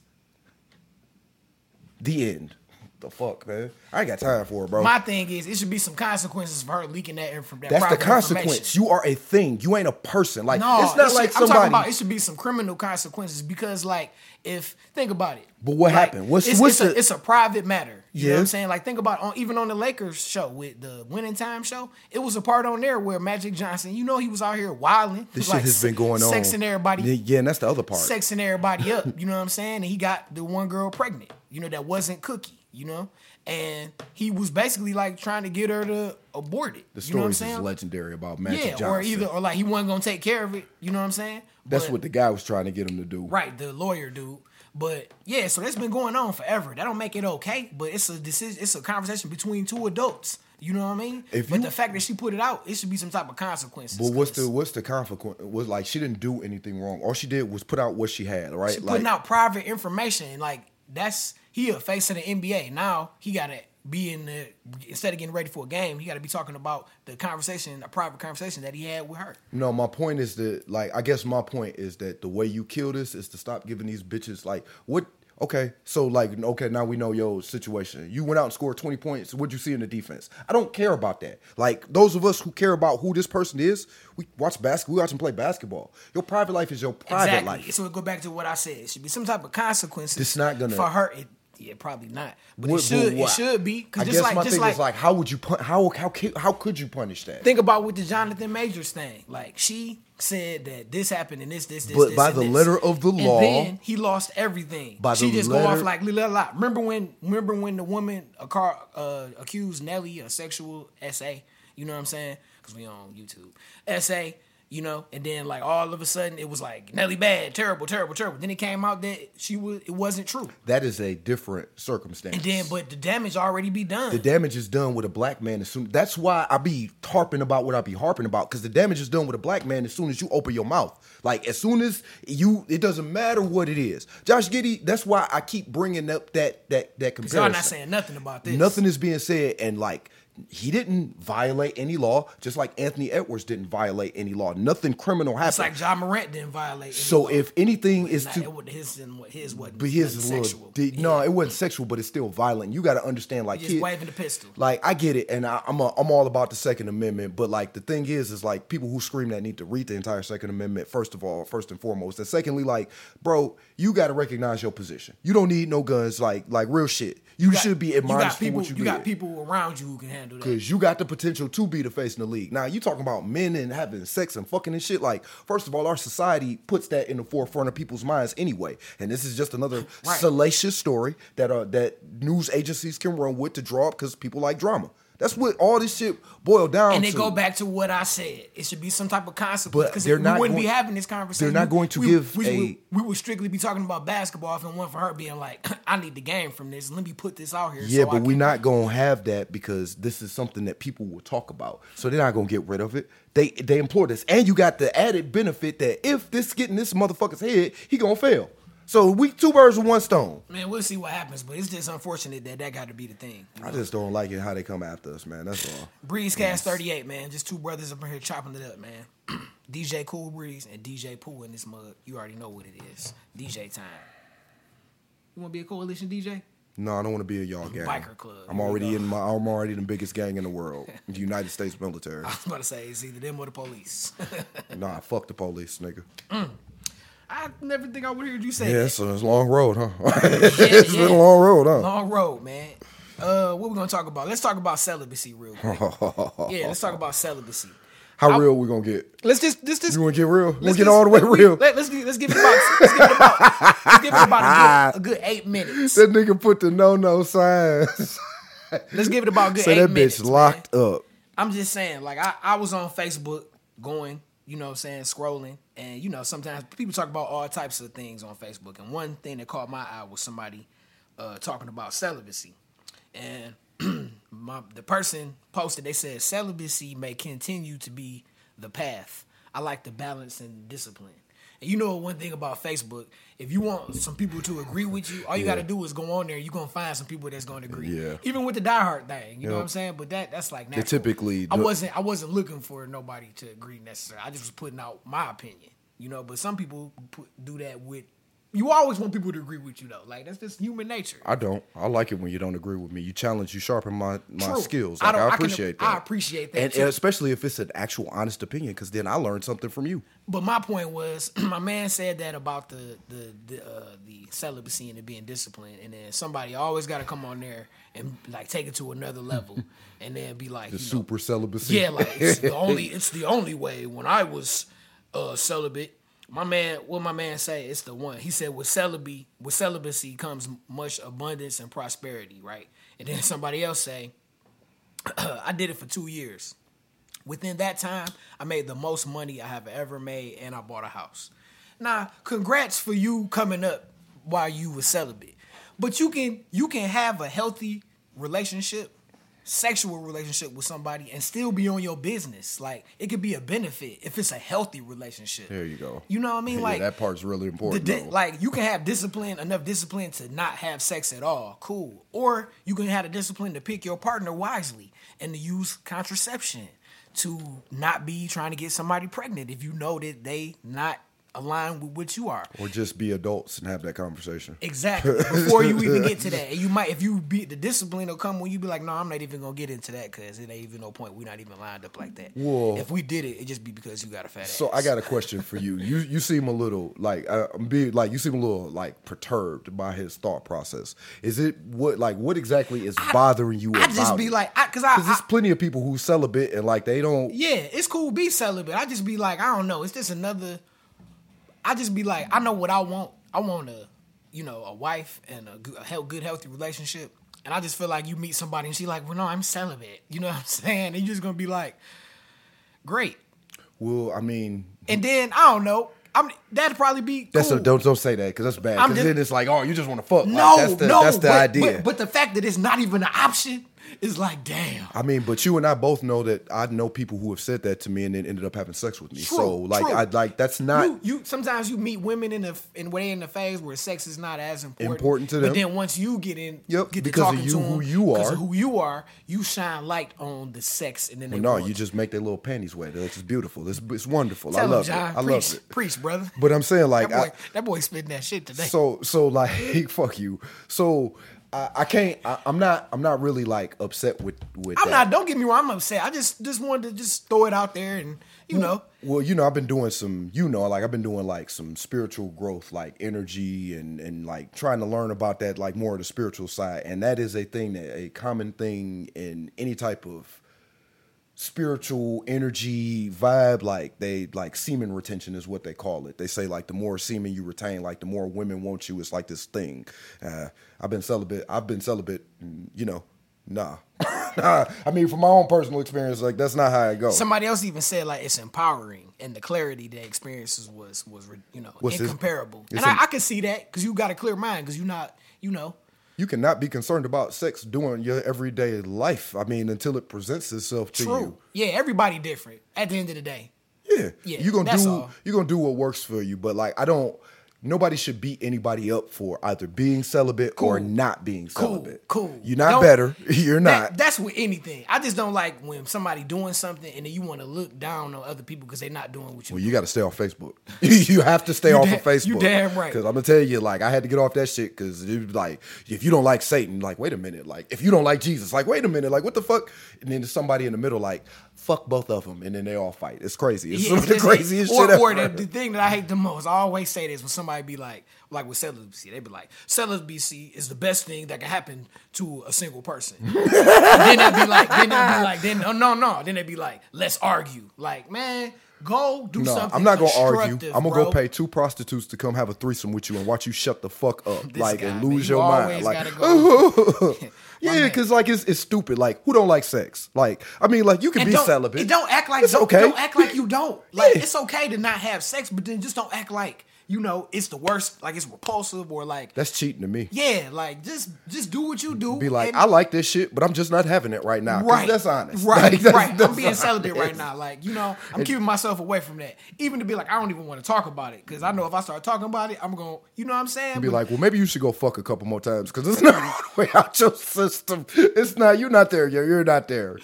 The end. The fuck, man. I ain't got time for it, bro.
My thing is, it should be some consequences for her leaking that information.
that's the consequence. You are a thing. You ain't a person. Like
no,
it's not
it
like
should- I'm
somebody.
talking about it should be some criminal consequences because, like, if think about it.
But what
Like,
happened? What's-
it's,
what's
it's,
the-
a, it's a private matter. You know what
Yeah.
I'm saying? Like, think about on even on the Lakers show with the Winning Time show. It was a part on there where Magic Johnson, you know, he was out here wilding.
this
like,
shit has been going on.
sexing everybody,
Yeah, yeah, and that's the other part.
sexing everybody up. You know what I'm saying? And he got the one girl pregnant. You know that wasn't Cookie. You know, and he was basically like trying to get her to abort it.
The
you know what I'm
stories
saying?
is legendary about Magic
yeah,
Johnson.
or either or like he wasn't gonna take care of it. You know what I'm saying?
That's
But-
what the guy was trying to get him to do.
right, the lawyer dude. But yeah, so that's been going on forever. That don't make it okay, but it's a decision. It's a conversation between two adults. You know what I mean?
If
but
you-
the fact that she put it out, it should be some type of consequences.
But what's
'cause
the what's the consequence? Was like she didn't do anything wrong. All she did was put out what she had. Right?
she
like
putting out private information like that's he a face of the NBA now. He got to be in the instead of getting ready for a game, you got to be talking about the conversation, a private conversation that he had with her.
No, my point is that like I guess my point is that the way you kill this is to stop giving these bitches like what okay, so like okay, now we know your situation. You went out and scored 20 points. What'd you see in the defense? I don't care about that. Like those of us who care about who this person is, we watch basketball, we watch and play basketball. Your private life is your private
exactly.
life.
So it go back to what I said. It should be some type of consequences.
It's not gonna-
for her. It, yeah, probably not. But
What-
it should.
but why?
It should be
I
because
guess
just like
my
just
thing
like,
is like, how would you pun- how how ca- how could you punish that?
think about with the Jonathan Majors thing. Like she said that this happened and this this this.
But
this,
by
and
the
this.
letter of the
And
law-
then he lost everything.
By
she
the
just go
letter-
off like la la la. Remember when? Remember when the woman a car, uh, accused Nelly of sexual SA? You know what I'm saying? Because we on YouTube. SA. You know, and then like all of a sudden it was like Nelly bad, terrible, terrible, terrible. Then it came out that she was it wasn't true.
That is a different circumstance.
And then but the damage already be done.
the damage is done with a black man as soon. That's why I be harping about what I be harping about because the damage is done with a black man as soon as you open your mouth. Like as soon as you, it doesn't matter what it is. Josh Giddy. That's why I keep bringing up that that that comparison.
Y'all not saying nothing about this.
Nothing is being said, and like he didn't violate any law, just like Anthony Edwards didn't violate any law. Nothing criminal happened.
It's like John Morant didn't violate. any
so
law.
if anything is
Nah,
to
it wasn't his and what his wasn't.
But his is a
nothing
little
sexual.
deep. No, it wasn't sexual, but it's still violent. You got to understand, like
Just
kid-
waving the pistol.
Like I get it, and I, I'm a, I'm all about the Second Amendment. But like the thing is, is like people who scream that need to read the entire Second Amendment. First of all, first and foremost, and secondly, like bro, you got to recognize your position. You don't need no guns. Like like real shit. You,
got-
should be
you
admonished
got people.
for what you,
you
did.
got people around you who can handle that.
Cause you got the potential to be the face in the league. Now you talking about men and having sex and fucking and shit. Like, first of all, our society puts that in the forefront of people's minds anyway. And this is just another
Right.
salacious story that uh, that news agencies can run with to draw up because people like drama. That's what all this shit boiled down
And
to.
they go back to what I said. It should be some type of consequence.
But
Because
they're
we
not
wouldn't be
going-
having this conversation.
they're not going to
We-
give
we,
a-
we, we would strictly be talking about basketball if it weren't for her being like, I need the game from this. Let me put this out here.
Yeah,
so I
but we're
can-
not gonna have that because this is something that people will talk about. So they're not gonna get rid of it. They they implore this, and you got the added benefit that if this getting this motherfucker's head, he gonna fail. So we two birds with one stone.
Man, we'll see what happens. But it's just unfortunate that that got to be the thing.
I just don't like it how they come after us, man. That's all.
Breeze Cast 38, man. Just two brothers up in here chopping it up, man. DJ Cool Breeze and DJ Pooh in this mug. You already know what it is. DJ time. You want to be a coalition DJ?
No, I don't want to be a y'all gang.
Biker club.
I'm already in my. I'm already the biggest gang in the world. The United States military.
I was about to say, it's either them or the police.
nah, fuck the police, nigga.
I never think I would hear you say
Yeah,
that.
it's a, it's a long road, huh?
Yeah,
It's
yeah.
been a long road, huh?
Long road, man. Uh, what we gonna talk about? Let's talk about celibacy real quick. yeah, let's talk about celibacy.
How real we gonna get?
Let's just this this.
You wanna get real? Let's
let's
get
just-
all the way
we-
real.
Let, us let's give it about let's give it about, let's give it about a, good, a good eight minutes.
That nigga put the no no signs.
Let's give it about a good
Say
eight
that bitch
minutes. man.
locked up.
I'm just saying, like I, I was on Facebook going, you know what I'm saying, scrolling, and you know, sometimes people talk about all types of things on Facebook. And one thing that caught my eye was somebody uh, talking about celibacy. And my, the person posted, they said celibacy may continue to be the path. I like the balance and discipline. And you know one thing about Facebook, if you want some people to agree with you, all you gotta do is go on there, you're gonna find some people that's gonna agree.
Yeah.
Even with the diehard thing, you know
Yep.
what I'm saying? But that that's like natural.
typically
I
do-
wasn't I wasn't looking for nobody to agree necessarily. I just was putting out my opinion, you know. But some people put, do that with. You always want people to agree with you though. Like that's just human nature.
I don't. I like it when you don't agree with me. You challenge, you sharpen my, my
True.
skills.
I
Like,
don't-
I,
I can-
appreciate
I
that.
appreciate that,
And,
too.
and especially if it's an actual honest opinion, because then I learned something from you.
But my point was, my man said that about the the the, uh, the celibacy and it being disciplined, and then somebody always got to come on there and like take it to another level, and then be like,
The
you know,
super celibacy.
Yeah, like it's the only it's the only way. When I was uh, celibate, my man, what my man say, it's the one. He said with celibacy, with celibacy comes much abundance and prosperity, right? And then somebody else say, I did it for two years. Within that time, I made the most money I have ever made, and I bought a house. Now, congrats for you coming up while you were celibate, but you can you can have a healthy relationship sexual relationship with somebody and still be on your business. Like it could be a benefit if it's a healthy relationship.
There you go.
You know what I mean?
Yeah,
like
that part's really important.
the di-
though.
like you can have discipline enough discipline to not have sex at all cool or you can have the discipline to pick your partner wisely and to use contraception to not be trying to get somebody pregnant if you know that they not aligned with what you are
or just be adults and have that conversation.
Exactly. Before you even get to that, and you might, if you be the discipline will come when you be like, no, I'm not even gonna get into that because it ain't even no point. We're not even lined up like that.
Whoa.
If we did it, it just be because you got a fat
So
ass.
I got a question for you. You you seem a little like uh, be like you seem a little like perturbed by his thought process. Is it what like what exactly is bothering you?
I just
about
be
it?
like, I, cause I,
Because
I-
there's plenty of people who celibate and like they don't.
yeah, it's cool be celibate. I just be like, I don't know. It's just another. I just be like, I know what I want. I want a, you know, a wife and a good, a health, good healthy relationship. And I just feel like you meet somebody and she like, well, no, I'm celibate. You know what I'm saying? And you just gonna be like, great.
Well, I mean,
And then I don't know. I'm that'd probably be
that's
cool.
a, don't don't say that because that's bad.
I'm
Because
just-
then it's like, oh, you just want to fuck. Like,
No,
that's the,
no,
that's the
but,
idea.
But, but the fact that it's not even an option is like, damn.
I mean, but you and I both know that I know people who have said that to me and then ended up having sex with me.
True,
so like,
true.
I like that's not.
you, you sometimes you meet women in the in where they in the phase where sex is not as important,
Important to them.
But then once you get in,
Yep,
get
because of
to talking
you,
to
who
'em,
you
'cause
are.
of who you are, you shine light on the sex, and then they
no,
want
you
it.
just make their little panties wet. It's beautiful. It's, it's wonderful.
Tell
I
'em,
love
John,
it. I
preach,
love it.
preach, brother.
But I'm saying like,
That boy,
I,
that boy spitting that shit today.
so so like, fuck you. So I, I can't. I, I'm not. I'm not really like upset with with.
I'm
that.
not. Don't get me wrong. I'm upset. I just just wanted to just throw it out there, and you know,
Well, you know, I've been doing some, you know, like I've been doing like some spiritual growth, like energy and and like trying to learn about that, like more of the spiritual side. And that is a thing that a common thing in any type of spiritual energy vibe like they like semen retention is what they call it they say like the more semen you retain like the more women want you it's like this thing uh i've been celibate i've been celibate mm, you know nah nah i mean from my own personal experience like that's not how it goes
somebody else even said like it's empowering and the clarity they experiences was was you know
What's this-
incomparable
it's
and I
in-
I can see that because you got a clear mind because you not you know
you cannot be concerned about sex during your everyday life. I mean, until it presents itself to
true yeah everybody different at the end of the day
you. Yeah.
Yeah,
You're gonna
that's
do
all.
you're gonna do what works for you. But like I don't nobody should beat anybody up for either being celibate
Cool.
or not being celibate.
cool.
You're not
Don't-
better. You're
That-
not.
that's with anything I just don't like when somebody doing something and then you want to look down on other people because they're not doing what you
well, you got to stay off Facebook. you have to stay off
da-
of Facebook.
you damn right.
Because I'm gonna tell you, like, I had to get off that shit. Because like, if you don't like Satan, like, wait a minute. Like, if you don't like Jesus, like, wait a minute. Like, what the fuck? And then there's somebody in the middle, like, fuck both of them, and then they all fight. It's crazy. It's
Yeah,
some of the
it's just-
craziest
or,
shit
Or
ever.
the, the thing that I hate the most, I always say this when somebody be like, like with celibacy, they be like, celibacy is the best thing that can happen to a single person. And then they be like, then they be like, then no, no, no. Then they be like, let's argue. Like, man, go do
No,
something.
I'm not gonna argue.
constructive,
I'm gonna
bro.
go pay two prostitutes to come have a threesome with you and watch you shut the fuck up,
This
like,
guy,
and
man,
lose
you
your mind.
always
Like,
gotta go.
yeah, because like it's, it's stupid. Like, who don't like sex? Like, I mean, like you can
And
be
don't,
celibate.
and don't act like
it's
don't,
okay.
don't act like you don't. Like it's okay to not have sex, but then just don't act like you know it's the worst. Like it's repulsive or like
That's cheating to me.
yeah, like just just do what you do.
be like,
and-
I like this shit, but I'm just not having it right now. 'cause
Right.
That's honest.
Right.
Like, that's-
right.
that's
I'm being celibate
honest.
right now. Like, you know, I'm keeping myself away from that. Even to be like, I don't even want to talk about it. Cause I know if I start talking about it, I'm going, to you know what I'm saying?
Be
But
like, well, maybe you should go fuck a couple more times because it's not way out your system. It's not. You're not there. You're, you're not there.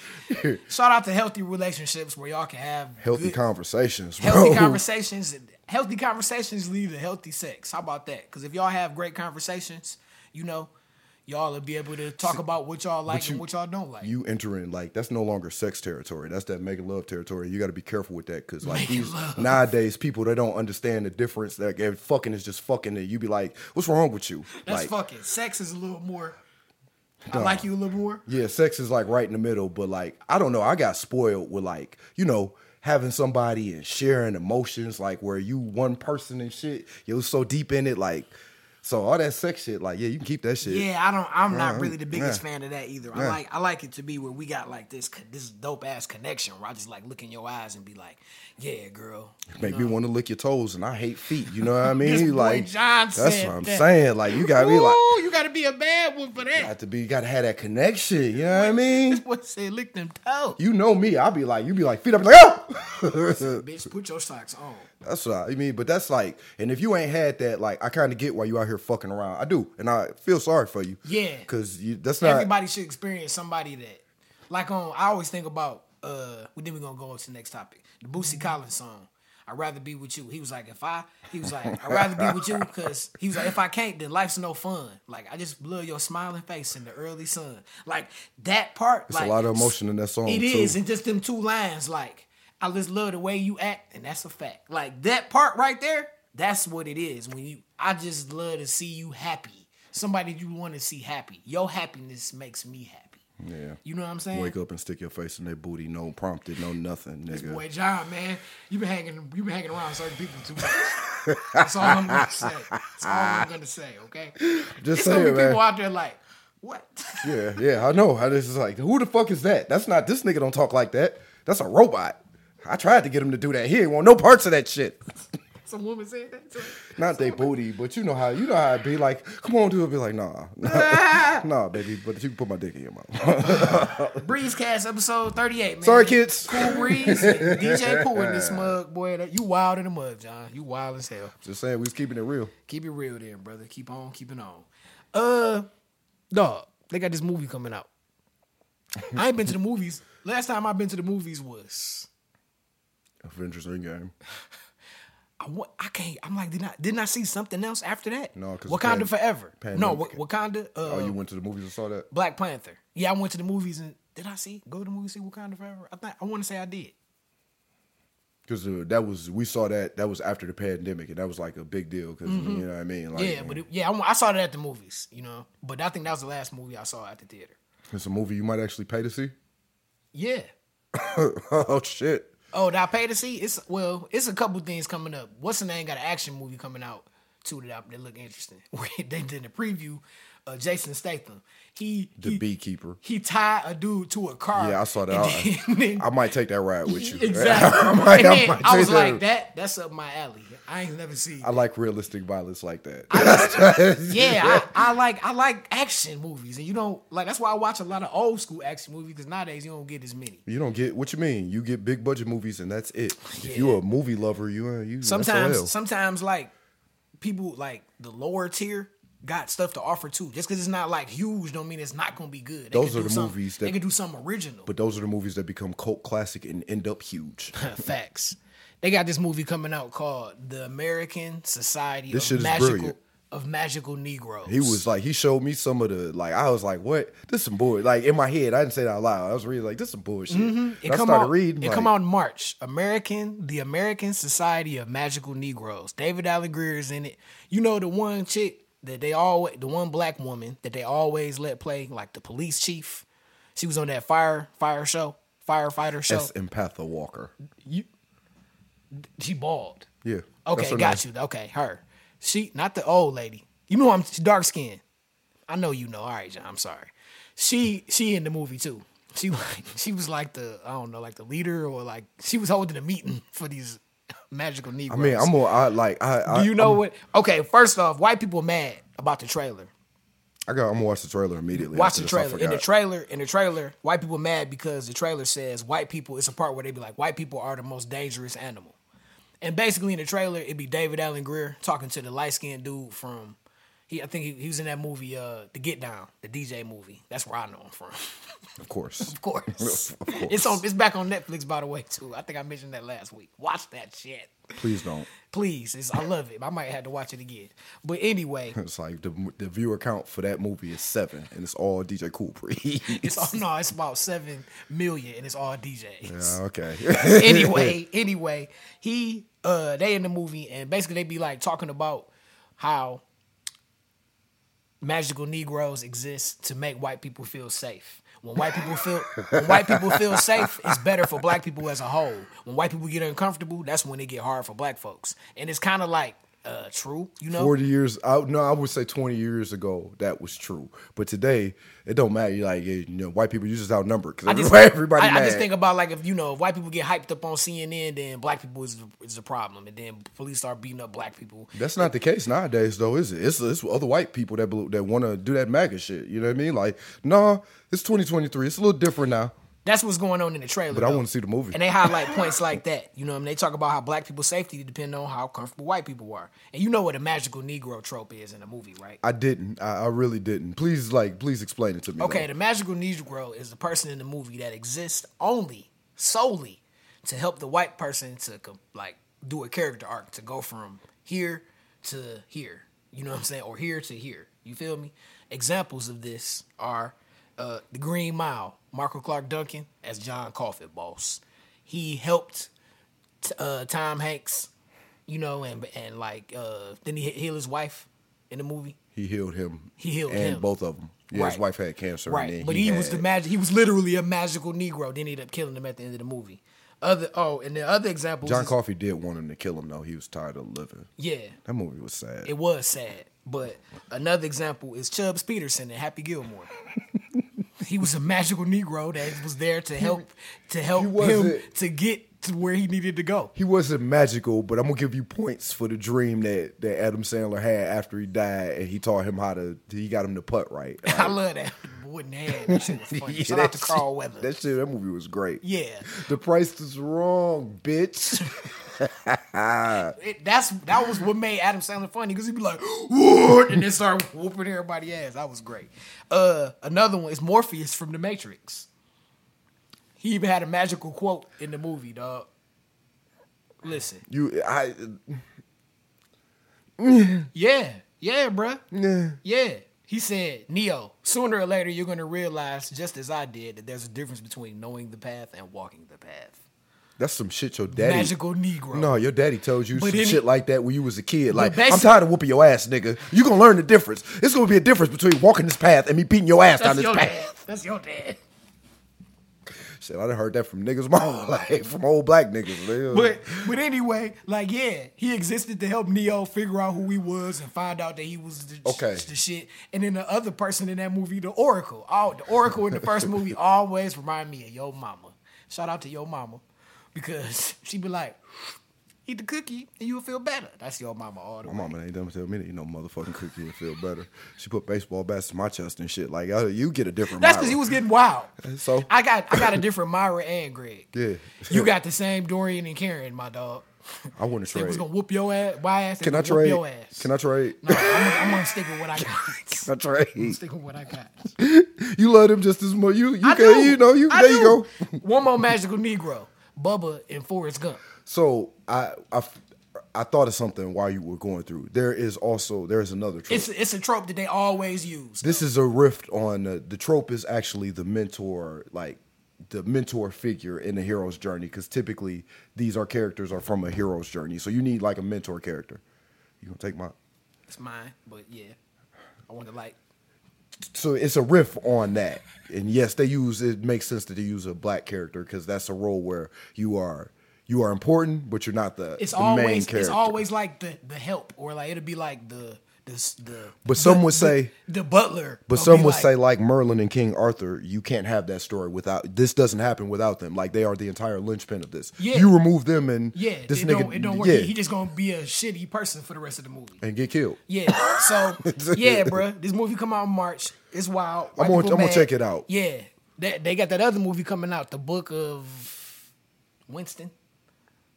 shout out to healthy relationships where y'all can have
Healthy
good-
conversations. Bro.
healthy conversations. Healthy conversations lead to healthy sex. How about that? Cause if y'all have great conversations, you know, y'all will be able to talk about what y'all like and what y'all don't like.
You entering like that's no longer sex territory. That's that making love territory. You got to be careful with that because like
Making
these
love.
nowadays people they don't understand the difference. Like eh, fucking is just fucking. And you be like, what's wrong with you?
That's
like,
fucking sex is a little more. I like you a little more.
Yeah, sex is like right in the middle, but like I don't know, I got spoiled with like, you know, having somebody and sharing emotions like where you one person and shit, you're so deep in it like So all that sex shit, like, yeah, you can keep that shit.
Yeah, I don't. I'm not
Yeah,
really the biggest
yeah.
fan of that either. I
Yeah.
like I like it to be where we got like this co- this dope ass connection where I just like look in your eyes and be like, yeah, girl.
Make me want to lick your toes, and I hate feet. You know what I mean?
This boy
like,
John
that's
said
what I'm
that.
saying. Like, you gotta be like,
Ooh, you gotta be a bad one for that.
got to be, you gotta have that connection. You know what I mean?
What said lick them toes.
You know me, I'll be like, you be like, feet up, like, oh.
Bitch, put your socks on.
that's what I mean. But that's like, and if you ain't had that, like, I kind of get why you out here fucking around. I do, and I feel sorry for you.
Yeah.
because you, that's not.
Everybody should experience somebody that like on I always think about uh well, then we're gonna go on to the next topic. The Boosie
Mm-hmm.
Collins song. I'd rather be with you. He was like, if I, he was like, I'd rather be with you because he was like, if I can't, then life's no fun. Like, I just love your smiling face in the early sun. Like, that part.
It's a lot of emotion in that song.
It
too.
is, and just them two lines, like, I just love the way you act, and that's a fact. Like that part right there, that's what it is. When you I just love to see you happy. Somebody you want to see happy. Your happiness makes me happy.
Yeah.
You know what I'm saying?
Wake up and stick your face in their booty, no prompted, no nothing, nigga.
Boy, John, man, you been hanging you been hanging around certain people too much. that's all I'm gonna say. That's all I'm gonna say, okay?
Just
There's so many
saying, man.
people out there like, what?
yeah, yeah, I know. I just like, who the fuck is that? That's not this nigga. Don't talk like that. That's a robot. I tried to get him to do that. He ain't want no parts of that shit.
Some woman said that to me.
Not they booty, but you know how you know how it be like. Come on, dude. Be like, nah, nah, nah, baby. But you can put my dick in your mouth.
Breezecast episode 38, man.
Sorry, kids.
Cool Breeze, and DJ Pooh in this mug, boy. That you wild in the mug, John. You wild as hell.
Just saying, we was keeping it real.
Keep it real, there, brother. Keep on, keeping on. Uh, dog, they got this movie coming out. I ain't been to the movies. Last time I been to the movies was
Avengers Endgame.
I wa- I can't. I'm like, did not didn't I see something else after that?
No, 'cause
Wakanda
pan-
Forever. No,
pandemic.
Wa- Wakanda. Uh,
Oh, you went to the movies and saw that?
Black Panther. Yeah, I went to the movies and did I see go to the movies see Wakanda Forever? I think I want to say I did.
Because uh, that was we saw that that was after the pandemic, and that was like a big deal. Because you know what I mean? Like,
Mm-hmm. Yeah, but it, yeah, I, I saw that at the movies, you know. But I think that was the last movie I saw at the theater.
it's a movie you might actually pay to see.
Yeah.
oh shit!
Oh, that I pay to see. It's well, it's a couple things coming up. What's the name? Got an action movie coming out too that, I, that look interesting. they did a preview. Uh, Jason Statham. He
The
he,
Beekeeper.
He tied a dude to a car.
Yeah, I saw that.
and
I,
then-
I might take that ride with you.
Exactly.
I, might,
and
I,
then
might
I
take
was
that.
like, that. That's up my alley. I ain't never seen.
I like realistic violence like that.
yeah, I, I like I like action movies, and you don't like. That's why I watch a lot of old school action movies because nowadays you don't get as many.
you don't get what you mean. You get big budget movies, and that's it. If you're a movie lover, you uh, you
Sometimes,
SOL.
sometimes like people like the lower tier got stuff to offer too. Just because it's not like huge, don't mean it's not gonna be good. They
Those
could
are
do
the
something-
movies
they
that-
could do something original.
But those are the movies that become cult classic and end up huge.
Facts. They got this movie coming out called The American Society
This shit
of
is
Magical
brilliant.
of Magical Negroes.
He was like, he showed me some of the like. I was like, what? This some bullshit. Like in my head, I didn't say that out loud. I was reading like this some bullshit.
Mm-hmm. It
And I
come
started
out.
reading.
it
like,
come out in March. American, the American Society of Magical Negroes. David Allen Greer is in it. You know the one chick that they always, the one black woman that they always let play like the police chief. She was on that fire fire show, firefighter show.
S. Empatha Walker.
you, she bald.
Yeah.
Okay, got you. Okay, her. She not the old lady. You know I'm she dark skinned. I know you know. All right, John. I'm sorry. She she in the movie too. She like she was like the I don't know like the leader or like she was holding a meeting for these magical Negroes.
I mean, I'm more. I like. I. I
Do you know what? Okay, first off, white people mad about the trailer.
I got. I'm gonna watch the trailer immediately.
Watch
after
the
this, I
trailer. In the
forgot.
trailer, in the trailer, white people mad because the trailer says white people. It's a part where they be like, white people are the most dangerous animal. And basically, in the trailer, it'd be David Allen Greer talking to the light skinned dude from. He, I think he, he was in that movie, uh, The Get Down, the DJ movie. That's where I know him from.
Of course.
of course,
Of course.
it's on. It's back on Netflix, by the way, too. I think I mentioned that last week. Watch that shit,
Please don't.
please. It's, I love it. I might have to watch it again. But anyway,
It's like the the viewer count for that movie is seven, and it's all DJ Cool Breeze.
it's oh no, it's about seven million, and it's all DJs.
Yeah, okay.
anyway, anyway, he uh they in the movie and basically they be like talking about how magical Negroes exist to make white people feel safe. When white people feel when white people feel safe, it's better for black people as a whole. When white people get uncomfortable, that's when it get hard for black folks. And it's kind of like uh, true. You know,
40 years I no I would say 20 years ago that was true but today it don't matter You're like you know white people you just outnumbered cuz
I just-
everybody, everybody
I, I
mad.
just think about like if you know if white people get hyped up on CNN, then black people is is the problem, and then police start beating up black people.
That's not the case nowadays, though, is it? It's, it's other white people that bel- that want to do that MAGA shit. You know what I mean? Like, nah, it's 2023. It's a little different now,
That's what's going on in the trailer.
but I
though.
want to see the movie.
and they highlight points like that. You know, what I mean, they talk about how black people's safety depend on how comfortable white people are, and you know what a magical Negro trope is in a movie, right?
I didn't. I, I really didn't. Please, like, please explain it to me.
Okay, the magical Negro is the person in the movie that exists only, solely, to help the white person to com- like do a character arc to go from here to here. You know what I'm saying? Or here to here. You feel me? Examples of this are uh, the Green Mile, Michael Clark Duncan as John Coffin, boss. He helped t- uh, Tom Hanks, you know, and and like uh, then he heal his wife in the movie.
He healed him.
He healed
and
him.
both of them. Yeah, his
Right.
wife had cancer.
Right,
and then
but
he,
he, was
had-
the magic. He was literally a magical Negro. Then he ended up killing him at the end of the movie. Other oh, and the other example.
John
is,
Coffey did want him to kill him though. He was tired of living.
Yeah,
That movie was sad.
it was sad. But another example is Chubbs Peterson and Happy Gilmore. he was a magical Negro that was there to help to help him
wasn't-
to get to where he needed to go.
he wasn't magical, but I'm gonna give you points for the dream that, that Adam Sandler had after he died, and he taught him how to. He got him to putt right.
I love that wooden hand. That shit was funny.
Yeah,
Shout out
that
to Carl
shit-
Weather.
That shit, that movie was great.
yeah,
The price is wrong, bitch.
it, that's that was what made Adam Sandler funny because he'd be like, "What?" and then start whooping everybody ass. That was great. Uh, another one is Morpheus from The Matrix. He even had a magical quote in the movie, dog. Listen,
you, I,
yeah, yeah, bruh.
yeah.
Yeah. He said, Neo, sooner or later you're going to realize, just as I did, that there's a difference between knowing the path and walking the path.
that's some shit your daddy.
Magical Negro.
No, your daddy told you
But
some
in-
shit like that when you was a kid. Like, I'm
basi-
tired of whooping your ass, nigga. You gonna learn the difference. It's gonna be a difference between walking this path and me beating your ass
That's
down this
your
path.
dad. That's your dad.
Shit, I done heard that from niggas my whole life, from old black niggas. nigga.
But but anyway, like yeah, he existed to help Neo figure out who he was and find out that he was the,
Okay.
the shit. And then the other person in that movie, the Oracle. Oh, the Oracle in the first movie always remind me of Yo Mama. Shout out to Yo Mama because she be like, eat the cookie and you'll feel better. That's Yo Mama all the
My
way.
mama ain't done tell me that you know motherfucking cookie and feel better. She put baseball bats to my chest and shit. Like, uh, you get a different.
That's because
Myra.
he was getting wild.
So?
I got I got a different Myra and Greg.
Yeah.
You got the same Dorian and Karen, my dog.
I want to
They
trade.
was gonna whoop your ass, my ass. they
Can I
was gonna whoop
trade?
your ass.
Can I trade?
No, I'm, gonna- I'm gonna stick with what I got.
Can I trade?
stick with what I got.
You love them just as much. You you
I
can,
do.
you know you
I
there you go.
do. One more magical Negro, Bubba and Forrest Gump.
So I I I thought of something while you were going through. There is also there is another trope.
It's it's a trope that they always use.
this is a rift on uh, the trope is actually the mentor like the mentor figure in the hero's journey because typically these are characters are from a hero's journey. So you need like a mentor character. You gonna take my
It's mine, but yeah, I want to like.
so it's a riff on that. And yes, they use it makes sense that they use a black character because that's a role where you are you are important, but you're not the,
It's
the main
always
character.
it's always like the the help or like it'll be like the the s- the.
But some
the-
would say-
the, the butler.
But
gonna
some
be
would
like,
say, like Merlin and King Arthur, you can't have that story without. This doesn't happen without them. Like they are the entire linchpin of this.
Yeah.
You remove them and
yeah,
this
it
nigga
don't it don't work.
yeah,
He, he just gonna be a shitty person for the rest of the movie.
and get killed.
Yeah. So yeah, bruh. This movie come out in March. It's wild. White
I'm gonna-
people
I'm gonna
mad.
check it out.
Yeah. They, they got that other movie coming out, The Book of Winston,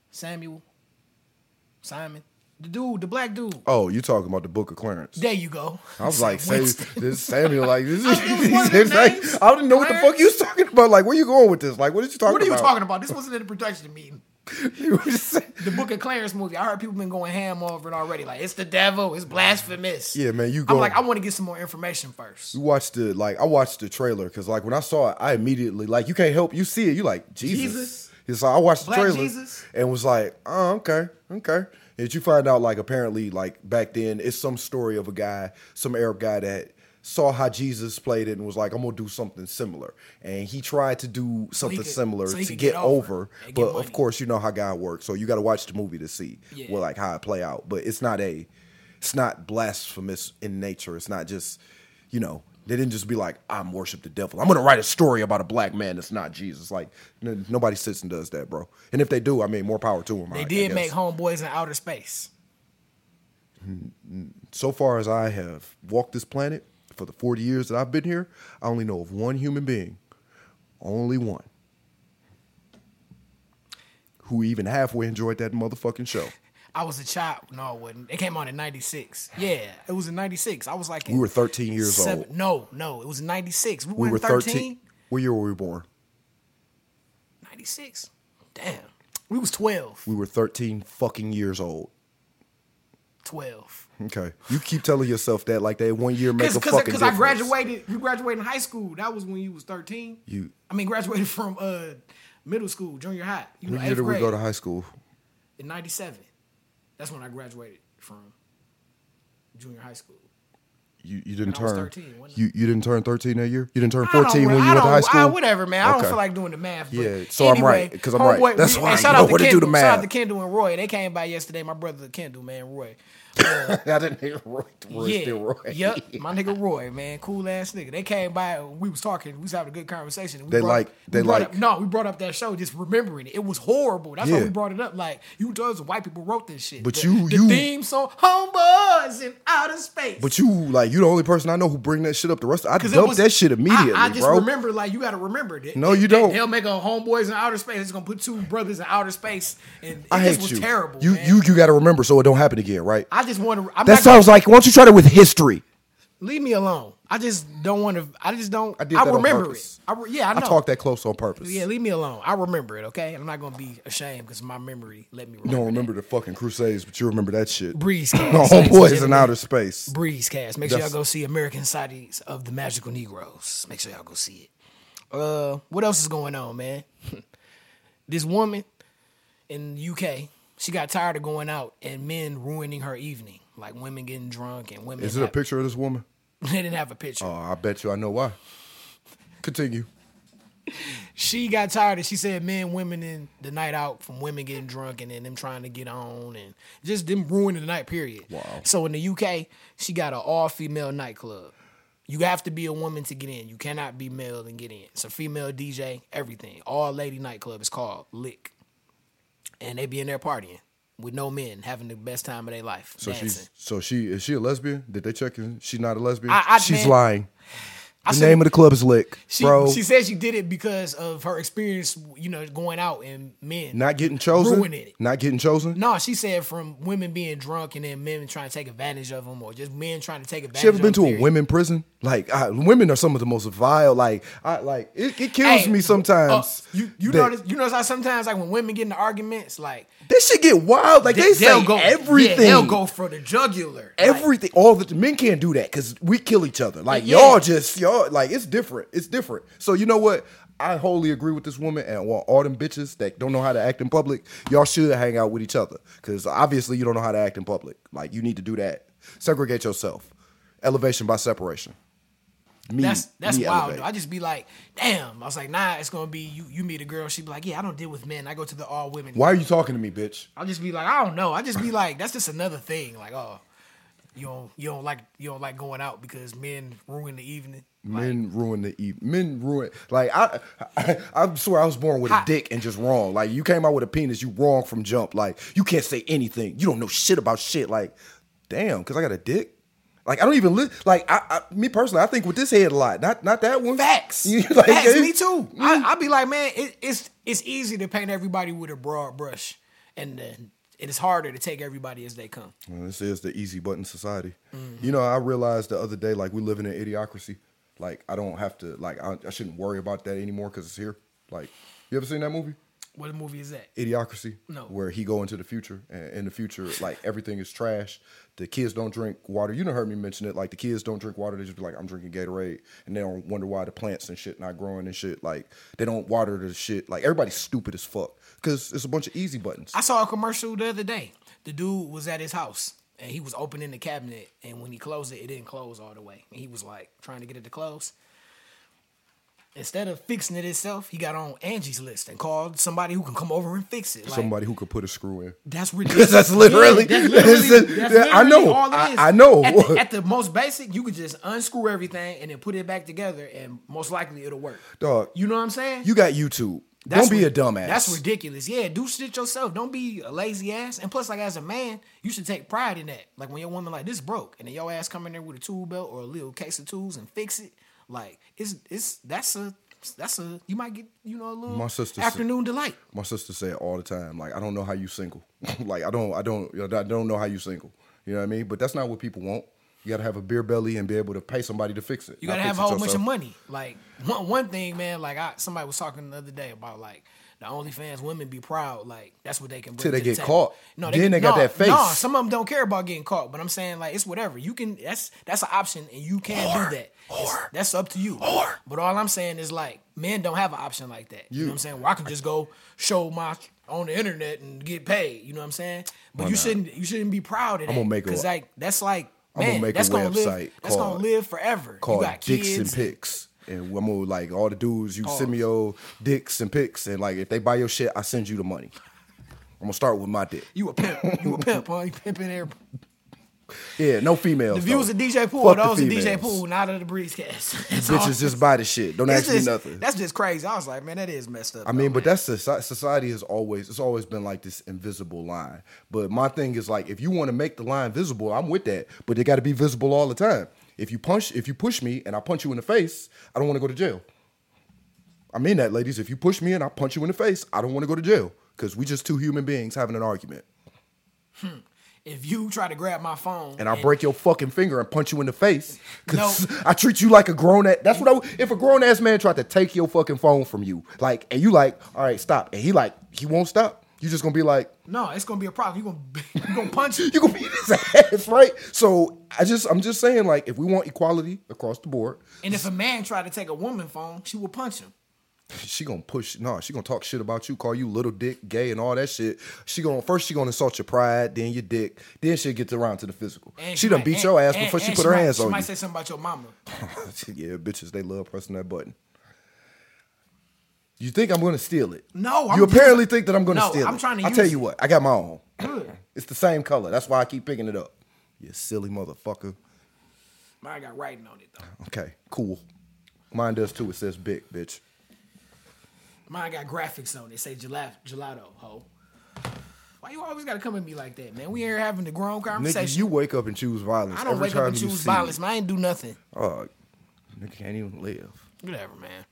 Samuel, Simon, the dude, the black dude.
Oh, you talking about the Book of Clarence?
There you go.
I was like, say,
Winston.
this Samuel, like this
I knew one of the
is. like,
names.
I didn't know what the
Clarence.
fuck you was talking about. Like, where you going with this? Like, what did you talking
what are you
about?
talking about? This wasn't in the production meeting.
You were just saying-
The Book of Clarence movie. I heard people been going ham over it already. Like it's the devil. It's blasphemous.
Yeah, man, you
I'm
go-
like, I want to get some more information first.
You watched the like I watched the trailer because like when I saw it, I immediately like you can't help you see it. You like Jesus.
Jesus.
It's So I watched the
Black
trailer
Jesus.
and was like, oh okay, okay. And you find out like apparently like back then it's some story of a guy, some Arab guy that saw how Jesus played it and was like, I'm gonna do something similar. And he tried to do something
could-
similar
so he
to get,
could get
over,
over and get
but
money.
of course you know how God works, so you got to watch the movie to see
Yeah.
well like how it play out. But it's not a, it's not blasphemous in nature. It's not just, you know. They didn't just be like, "I'm worship the devil." I'm gonna write a story about a black man that's not Jesus. Like n- nobody sits and does that, bro. And if they do, I mean, more power to them.
They did make homeboys in outer space.
so far as I have walked this planet for the 40 years that I've been here, I only know of one human being, only one, who even halfway enjoyed that motherfucking show.
I was a child. No, I wasn't. It came on in '96. Yeah, it was in '96. I was like,
We were 13 years
seven-
old.
No, no, it was in '96. We,
We
were
were
13.
13. What year were we born?
'96. Damn, we was 12.
We were 13 fucking years old.
12.
Okay. You keep telling yourself that like that one year make a fucking
Because
difference.
I graduated. You graduated in high school. That was when you was 13.
You-
I mean, graduated from uh middle school, junior high. You know,
What year
eighth
did we
grade.
go to high school?
in '97. That's when I graduated from junior high school.
You, you didn't
I was
turn
13, wasn't I?
you, you didn't turn 13 that year? You didn't turn
I don't
14
re-
when you
I
went to
don't-
high school?
I, whatever, man. I
Okay.
don't feel like doing the math. But
Yeah, so I'm
anyway,
right, 'cause I'm right. That's
we-
why
and
you
shout
know
out
what to do
Kendall,
the
Shout out
math.
to Kendall and Roy. They came by yesterday. My brother Kendall, man, Roy.
I didn't hear Roy. Roy's
yeah,
still Roy.
yep, my nigga Roy, man, cool ass nigga. They came by. and We was talking. We was having a good conversation. and we
They
brought-
like-
we
they
brought
like-
Up, no, we brought up that show. Just remembering it, it was horrible. That's why
Yeah.
we brought it up. Like you told us, white people wrote this shit.
But
The-
you-
the
you-
theme song, homeboys in outer space.
But you like you the only person I know who bring that shit up. The rest I
Because
dumped that shit immediately,
I, I just
bro.
remember, like, you got to remember that.
No, you
they-
don't.
They'll make a homeboys in outer space. It's gonna put two brothers in outer space, and
I
it
hate
just was
you.
terrible.
you
man.
you you got to remember so it don't happen again, right?
I just want to. I'm
that
not gonna,
sounds like why don't you try that with history?
leave me alone. I just don't want to. I just don't. I,
did that on
remember
purpose.
it. I re- yeah, I
I
know.
talked that close on purpose.
yeah, leave me alone. I remember it. Okay, I'm not gonna be ashamed because my memory let me
you
remember.
don't remember the fucking Crusades, but you remember that shit.
Breeze
No,
cast, ladies and
homeboys in
gentlemen.
outer space.
Breeze cast. Make sure y'all
That's-
go see American Societies of the Magical Negroes. Make sure y'all go see it. Uh, what else is going on, man? this woman in the UK, she got tired of going out and men ruining her evening, like women getting drunk and women.
Is it a picture of this woman?
they didn't have a picture.
Oh, I bet you I know why. Continue.
she got tired and she said men, women in the night out from women getting drunk and then them trying to get on and just them ruining the night, period.
Wow.
So in the UK, she got an all female nightclub. You have to be a woman to get in. You cannot be male and get in. It's a female DJ, everything. All lady nightclub. It's called Lick. And they be in there partying with no men, having the best time of their life.
So
dancing.
she's so she is she a lesbian? Did they check? and She's not a lesbian.
I- I-
she's
man.
lying. The
should-
name of the club is Lick,
she,
bro.
she said she did it because of her experience, you know, going out and men.
not getting chosen.
Ruining it.
Not getting chosen.
No, she said from women being drunk and then men trying to take advantage of them, or just men trying to take advantage.
She ever been
of
to a
period.
women prison? Like I, women are some of the most vile. Like I like it, it kills
Hey,
me sometimes.
uh, you you
that-
notice you notice how sometimes like when women get into arguments, like
they should get wild. Like they,
will
say
go
everything.
Yeah, they'll go for the jugular. like,
everything. all the men can't do that because we kill each other. Like
Yeah.
y'all just y'all like it's different. It's different. So you know what? I wholly agree with this woman and want all them bitches that don't know how to act in public. Y'all should hang out with each other because obviously you don't know how to act in public. Like you need to do that. Segregate yourself. Elevation by separation. Me,
that's that's
me
wild.
elevate.
Though. I just be like, damn. I was like, nah, it's gonna be you. You meet a girl, she be like, yeah, I don't deal with men. I go to the all women.
Why are you talking to me, bitch?
I'll just be like, I don't know. I just be like, that's just another thing. Like, oh, you don't you don't like you don't like going out because men ruin the evening.
Men ruin the e- men ruin like I, I I swear I was born with a
How-
dick and just wrong. Like you came out with a penis, you wrong from jump. Like you can't say anything. You don't know shit about shit. Like damn, because I got a dick. Like I don't even li- like I, I me personally. I think with this head a lot, not not that one.
Facts.
You- like,
Facts.
it-
Me too. I, I be like, man, it, it's it's easy to paint everybody with a broad brush, and then it is harder to take everybody as they come.
Well, this is the easy button society. You know, I realized the other day, like we live in an idiocracy. Like I don't have to like I, I shouldn't worry about that anymore because it's here. Like you ever seen that movie?
What movie is that?
Idiocracy,
No.
where he go into the future, and in the future, like everything is trash. The kids don't drink water. You done heard me mention it. Like the kids don't drink water. They just be like, "I'm drinking Gatorade," and they don't wonder why the plants and shit not growing and shit. Like they don't water the shit. Like everybody's stupid as fuck because it's a bunch of easy buttons.
I saw a commercial the other day. The dude was at his house and he was opening the cabinet, and when he closed it, it didn't close all the way. And he was like trying to get it to close. Instead of fixing it itself, he got on Angie's list and called somebody who can come over and fix it. Like,
Somebody who could put a screw in.
that's ridiculous.
That's literally-
Yeah, that's literally- that's
Yeah, I
literally
know.
all it
I-
is.
I know.
At the, at the most basic, you could just unscrew everything and then put it back together, and most likely it'll work.
Dog,
You know what I'm saying?
you got YouTube.
That's
Don't be
ri-
a dumbass.
That's ridiculous. Yeah, do shit yourself. Don't be a lazy ass. And plus, like as a man, you should take pride in that. Like when your woman like this broke, and then your ass come in there with a tool belt or a little case of tools and fix it. Like it's it's that's a that's a you might get you know a little
My sister said-
afternoon delight.
My sister said all the time, like, I don't know how you single. like, I don't, I don't, I don't know how you single. You know what I mean? But that's not what people want. You got to have a beer belly and be able to pay somebody to fix it.
You
not
gotta
fix
have a
it
whole bunch of
yourself.
money. Like one one thing, man. Like I somebody was talking the other day about like the OnlyFans women be proud. Like that's what they can. bring
Till they
to the
get
table.
caught. Then they got
no,
that face.
No, some of them don't care about getting caught. But I'm saying like it's whatever. You can. That's that's an option, and you can do that. It's- that's up to you. But all I'm saying is like men don't have an option like that. You, know what I'm saying? Well, I can just go show my on the internet and get paid. You know what I'm saying? But you shouldn't. You shouldn't be proud of that.
gonna make a-
because like that's like.
I'm gonna
Man,
make a
that's gonna live.
website
That's gonna
called-
live forever.
called
you got
dicks
kids.
and pics. And I'm gonna like all the dudes. You send me your dicks and pics, and like if they buy your shit, I send you the money. I'm gonna start with my dick.
You a pimp. You a pimp, huh? You pimping there.
Yeah, no females.
The views
though.
of DJ Pool
Fuck
are
the
those of DJ
females.
Pool, not of the Breeze cast.
Bitches just buy the shit. Don't ask me nothing.
That's just crazy. I was like, man, that is messed up.
I mean, but that's soci- society has always it's always been like this invisible line. But my thing is like, if you want to make the line visible, I'm with that. But they got to be visible all the time. If you punch, if you push me and I punch you in the face, I don't want to go to jail. I mean that, ladies. If you push me and I punch you in the face, I don't want to go to jail because we just two human beings having an argument.
if you try to grab my phone
And I break your fucking finger and punch you in the face because
No.
I treat you like a grown ass. That's what I. would- If a grown ass man tried to take your fucking phone from you, like, and you like, all right, stop, and he like, he won't stop. You just gonna be like,
no, it's gonna be a problem. You gonna you gonna punch it.
you gonna beat his ass, right? So I just I'm just saying, like, if we want equality across the board,
And if a man tried to take a woman phone, she will punch him.
she gonna push. No, she gonna talk shit about you, call you little dick, gay, and all that shit. She gonna first she gonna insult your pride, then your dick, then she gets around to the physical.
And
she done
might-
beat
and-
your ass
and-
before she
and
put her
might-
hands
She
on
might
you.
say something about your mama.
yeah, bitches, they love pressing that button. You think I'm gonna steal it?
No, I'm
you
using-
apparently think that I'm gonna
No,
steal
I'm
it.
trying to
I
use
tell
it.
you what, I got my own. it's the same color. That's why I keep picking it up. You silly motherfucker.
Mine got writing on it though.
Okay, cool. Mine does too. It says big, bitch.
Mine got graphics on it. Say gelato, gelato, ho. Why you always gotta come at me like that, man? We ain't having the grown conversation.
Nigga, you wake up and choose violence.
I don't
every
wake
time
up and
you
choose
see
violence,
it.
man. I ain't do nothing.
Oh, nigga can't even live.
Whatever, man.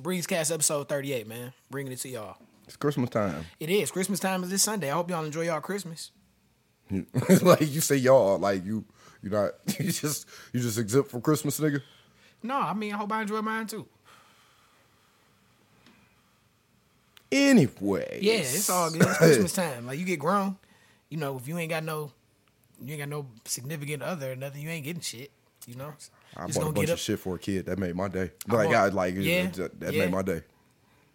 Breezecast episode 38, man. Bringing it to y'all.
It's Christmas time.
It is. Christmas time is this Sunday. I hope y'all enjoy y'all Christmas.
It's like you say, y'all, like you, you not, you just, you just exempt from Christmas, nigga.
No, I mean, I hope I enjoy mine too.
Anyway,
Yeah, it's all good. It's Christmas time. Like, you get grown. You know, if you ain't got no, you ain't got no significant other or nothing, you ain't getting shit. You know?
I
Just
bought
gonna
a bunch
get
of
up.
shit for a kid. That made my day. Like,
bought-
I, like
yeah,
that that
yeah.
made my day.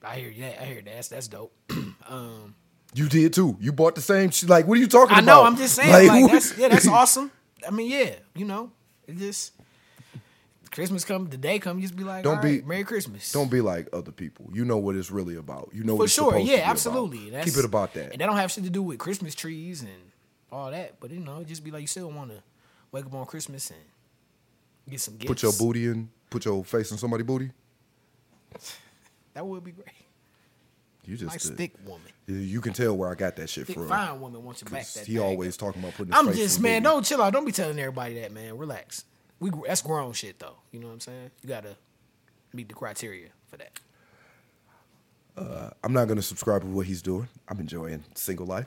I hear that. I hear that. That's, that's dope. um,
You did too. You bought the same shit. Like, what are you talking
I
about?
know. I'm just saying. Like,
what-
that's yeah, that's awesome. I mean, yeah, you know, it just Christmas come, the day come, you just be like,
Don't
all right,
be-
Merry Christmas.
Don't be like other people. You know what it's really about. You know what
for
it's
sure.
supposed to
Yeah,
be about.
absolutely. That's-
Keep it about that.
And that don't have shit to do with Christmas trees and all that. But you know, it just be like you still want to wake up on Christmas and get some gifts.
Put your booty in. Put your face in somebody's booty.
That would be great.
You just
Nice
a-
thick woman,
You- You can tell where I got that shit
thick
from.
fine woman wants you back.
'Cause
That
He
bag
always
up.
talking about putting. His
I'm
face
just
in
man.
booty.
Don't chill out. Don't be telling everybody that, man. Relax. We gr- that's grown shit though. You know what I'm saying? You gotta meet the criteria for that.
I'm not gonna subscribe to what he's doing. I'm enjoying single life.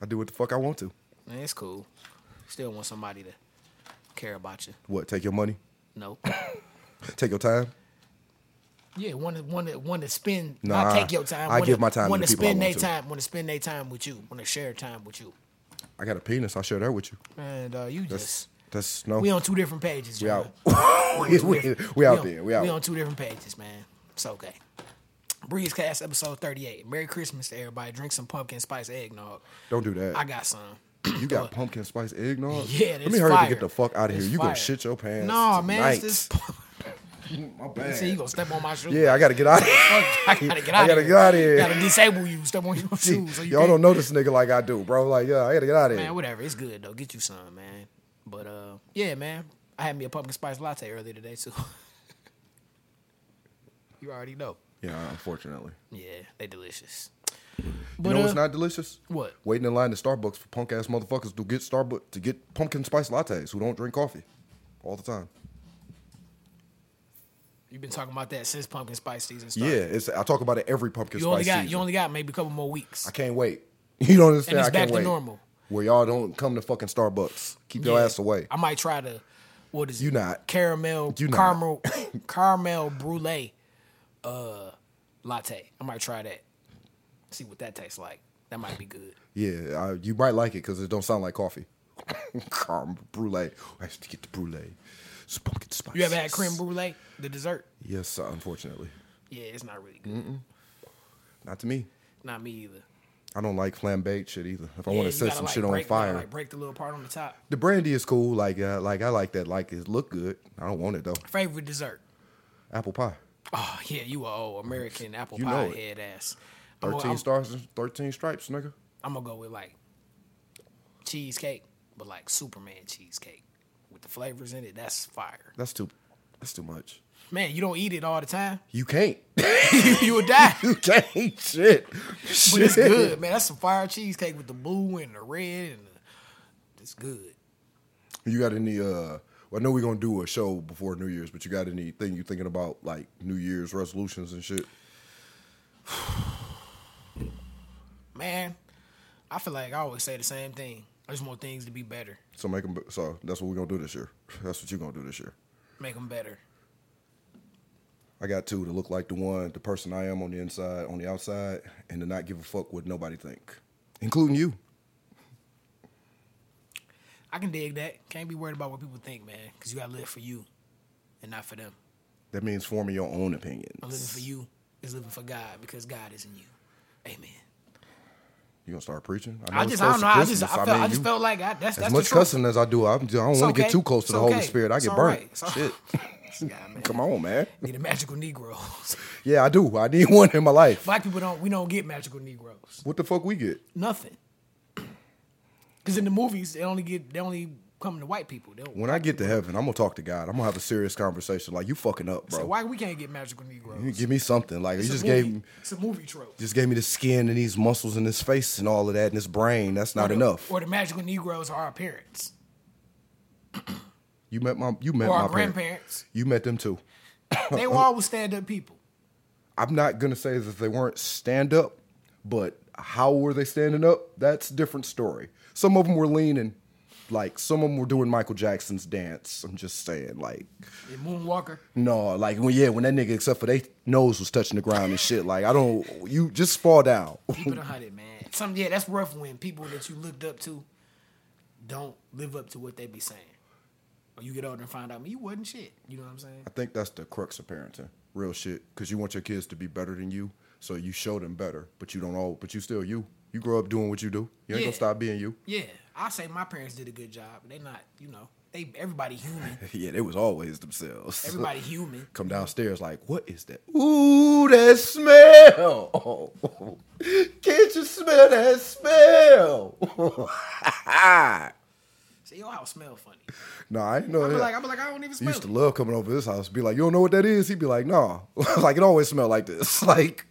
I do what the fuck I want to.
Man, it's cool. Still want somebody to care about you.
What? Take your money.
No.
Take your time.
Yeah, one to one to one to spend
Nah,
not take your time.
I
one to-
give my time to
One
the
to
people I
spend
want
their
to.
time. One to spend their time with you. One to share time with you.
I got a penis. I'll share that with you.
And uh, you
That's
just
that's no.
we on two different pages.
We
John.
out. we,
Two
we,
different-
we out
on-
there. We out.
We on two different pages, man. It's okay. Breeze Cast episode thirty eight. Merry Christmas to everybody. Drink some pumpkin spice eggnog.
Don't do that.
I got some.
You got pumpkin spice eggnog?
Yeah,
Let
it's
me hurry up and
fire.
get the fuck out of here.
It's
You gonna
fire.
shit your pants?
No, man, it's
tonight.
this.
My
See, you
bad.
gonna step on my shoes?
Yeah, I gotta get out of here.
Fuck, I gotta get out.
I gotta
of
get out of
here.
here.
Gotta disable you. Step on your shoes. So you
Y'all
can't-
don't know this nigga like I do, bro. Like, yeah, I gotta get out of here.
Man, whatever. It's good though. Get you some, man. But uh, yeah, man. I had me a pumpkin spice latte earlier today too. you already know.
Yeah, unfortunately.
Yeah, they delicious.
You
But
know
uh,
what's not delicious?
what?
Waiting in line to Starbucks for punk ass motherfuckers to get Starbucks to get pumpkin spice lattes who don't drink coffee all the time.
You've been talking about that since pumpkin spice season
Yeah,
started.
it's I talk about it every pumpkin
You
spice
only got
season.
you only got maybe a couple more weeks.
I can't wait. You don't understand?
And it's
I
back
can't
to
wait.
normal.
Where y'all don't come to fucking Starbucks. Keep your
Yeah.
ass away.
I might try to what is
You
it?
not.
caramel
You not.
caramel caramel brulee uh latte. I might try that. See what that tastes like. That might be good.
Yeah, I, you might like it because it don't sound like coffee. Creme brulee. Oh, I have to get the brulee. It's pumpkin spice.
You ever had creme brulee, the dessert?
Yes, uh, unfortunately,
Yeah, it's not really good.
not to me.
Not me either.
I don't like flambéed shit either. If I
Yeah,
want
you
to set
gotta,
some
like,
shit on
break- you gotta,
fire,
like break the little part on the top.
the brandy is cool. Like, uh, like I like that. Like, it look good. I don't want it though.
Favorite dessert?
Apple pie.
Oh yeah, you a old American apple
You
pie
know it.
head ass. I'm gonna-
13
Oh, I'm-
stars and 13 stripes, nigga.
I'm gonna go with like cheesecake, but like Superman cheesecake with the flavors in it. That's fire.
That's too. That's too much.
Man, you don't eat it all the time.
You can't.
you would die.
you can't. Shit.
But it's good, man. That's some fire cheesecake with the blue and the red and the, it's good.
You got any? Uh, well, I know we're gonna do a show before New Year's, but you got anything you thinking about like New Year's resolutions and shit?
Man, I feel like I always say the same thing. I just want things to be better.
So make 'em- So that's what we're gonna do this year. That's what you're gonna do this year.
Make them better.
I got two to look like the one, the person I am on the inside, on the outside, and to not give a fuck what nobody think, including you.
I can dig that. Can't be worried about what people think, man, because you got to live for you and not for them.
That means forming your own
But living
opinions.
for you is living for God because God is in you. Amen.
You gonna start preaching?
I,
it's
just, I
close
don't know.
to
I just, I,
Christmas.
felt, I,
mean,
just
you-
felt like I, that's, that's
as
the
much
truth.
cussing as I do. I, I don't
It's
want to
okay.
get too close
It's
to the Holy
okay.
Spirit. I
It's
get
all
burnt.
right. It's all-
Shit,
This guy, man.
come on, man.
Need a magical Negroes.
Yeah, I do. I need one in my life.
Black people don't. We don't get magical Negroes.
What the fuck we get?
Nothing. Because in the movies, they only get. They only come to white people. They don't.
When I get to heaven, I'm gonna talk to God. I'm gonna have a serious conversation. Like you fucking up,
So
bro.
why we can't get magical Negroes?
You give me something. Like
It's
you
a
just
movie.
gave me,
It's a movie trope.
just gave me the skin and these muscles and this face and all of that and this brain. That's not enough.
Or the magical Negroes are our parents
You met my you met
or
my
our
parents.
grandparents.
You met them too.
they were always stand up people.
I'm not gonna say that they weren't stand up, but how were they standing up? That's a different story. Some of them were leaning, like some of them were doing Michael Jackson's dance. I'm just saying, like
And Moonwalker.
no, like when yeah, when that nigga except for they nose was touching the ground and shit. Like I don't, you just fall down.
Keep it a hundred, man. Some yeah, that's rough when people that you looked up to don't live up to what they be saying. Or you get older and find out, man, you wasn't shit. You know what I'm saying?
I think that's the crux of parenting, real shit. Because you want your kids to be better than you, so you show them better, but you don't all, but you still you. You grow up doing what you do. You ain't
Yeah.
gonna stop being you.
Yeah, I say my parents did a good job. They not, you know, they everybody human.
Yeah, they was always themselves.
Everybody human.
come downstairs like, what is that? Ooh, that smell! Can't you smell that smell?
Say your house smell funny.
no, I ain't know
I'm
that.
like, I'm like, I don't even
you
smell.
used
It.
to love coming over to his house, be like, you don't know what that is? He'd be like, no. like, it always smelled like this. Like,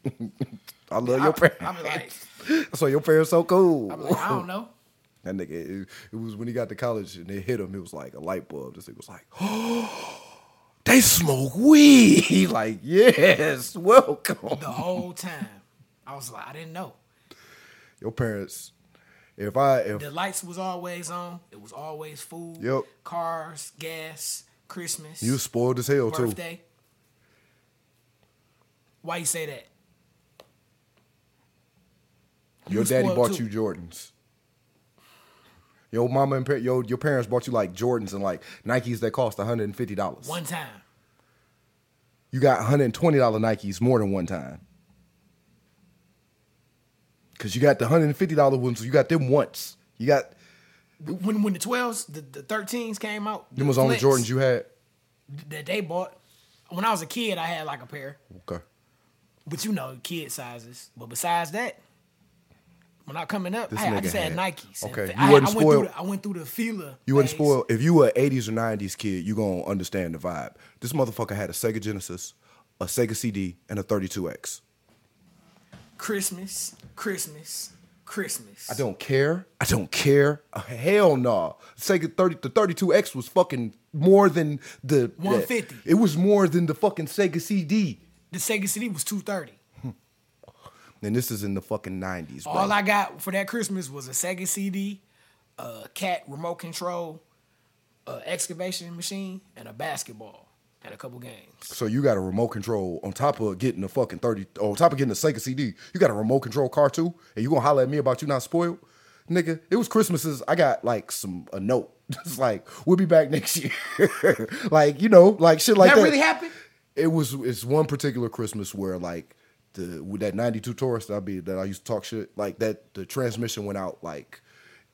I love your parents.
I, I be like,
so your parents so cool.
I be like, I don't know.
That nigga, it, it was when he got to college and it hit him. It was like a light bulb. This nigga was like, oh, they smoke weed. He like, yes, welcome.
The whole time, I was like, I didn't know.
Your parents, if I, if
The lights was always on. It was always food.
Yep.
Cars, gas, Christmas.
you spoiled as hell too.
birthday. Why you say that?
Your
You
daddy
spoiled,
bought
too.
you Jordans. Your mama and pa- your, your parents bought you like Jordans and like Nikes that cost $150.
One time.
You got $120 Nikes more than one time. Cause you got the $150 ones, you got them once. You got
when when the twelves, the the thirteens came out.
Them was only
Flints
Jordans you had.
that they bought. When I was a kid, I had like a pair,
Okay.
but you know, kid sizes. But besides that, when I coming up,
This
I, I
nigga
just had,
had-
Nikes. And
okay,
fa-
you
I, had-
wasn't
I went
spoiled.
through the, I went through the feeler.
You wouldn't
phase.
spoil if you were an 80s or 90s kid, you gonna understand the vibe. This motherfucker had a Sega Genesis, a Sega CD, and a 32X.
Christmas, Christmas, Christmas.
I don't care. I don't care. Uh, Hell no. Sega 30 the 32X was fucking more than the
150.
It was more than the fucking Sega CD.
The Sega CD was two thirty.
And this is in the fucking 90s, bro.
All I got for that Christmas was a Sega CD, a cat remote control, a excavation machine, and a basketball, and a couple games.
so you got a remote control on top of getting a fucking 30 on top of getting a Sega CD. You got a remote control car too? And you gonna holler at me about you not spoiled? Nigga, it was Christmases. I got like some a note. It's like, we'll be back next year. like, you know, like shit like
That
that.
really happened?
It was it's one particular Christmas where like the with that ninety two Taurus that I be that I used to talk shit like that the transmission went out like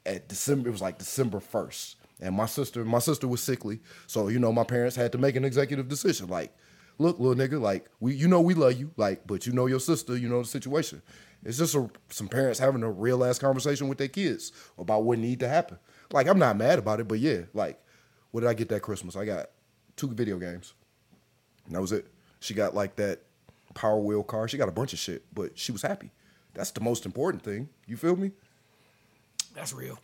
at December it was like December first and my sister my sister was sickly so you know my parents had to make an executive decision like look little nigga like we you know we love you like but you know your sister you know the situation it's just a, some parents having a real ass conversation with their kids about what need to happen like I'm not mad about it but yeah like what did I get that Christmas I got two video games. And that was it. She got like that Power Wheel car. She got a bunch of shit, but she was happy. That's the most important thing. You feel me?
That's real.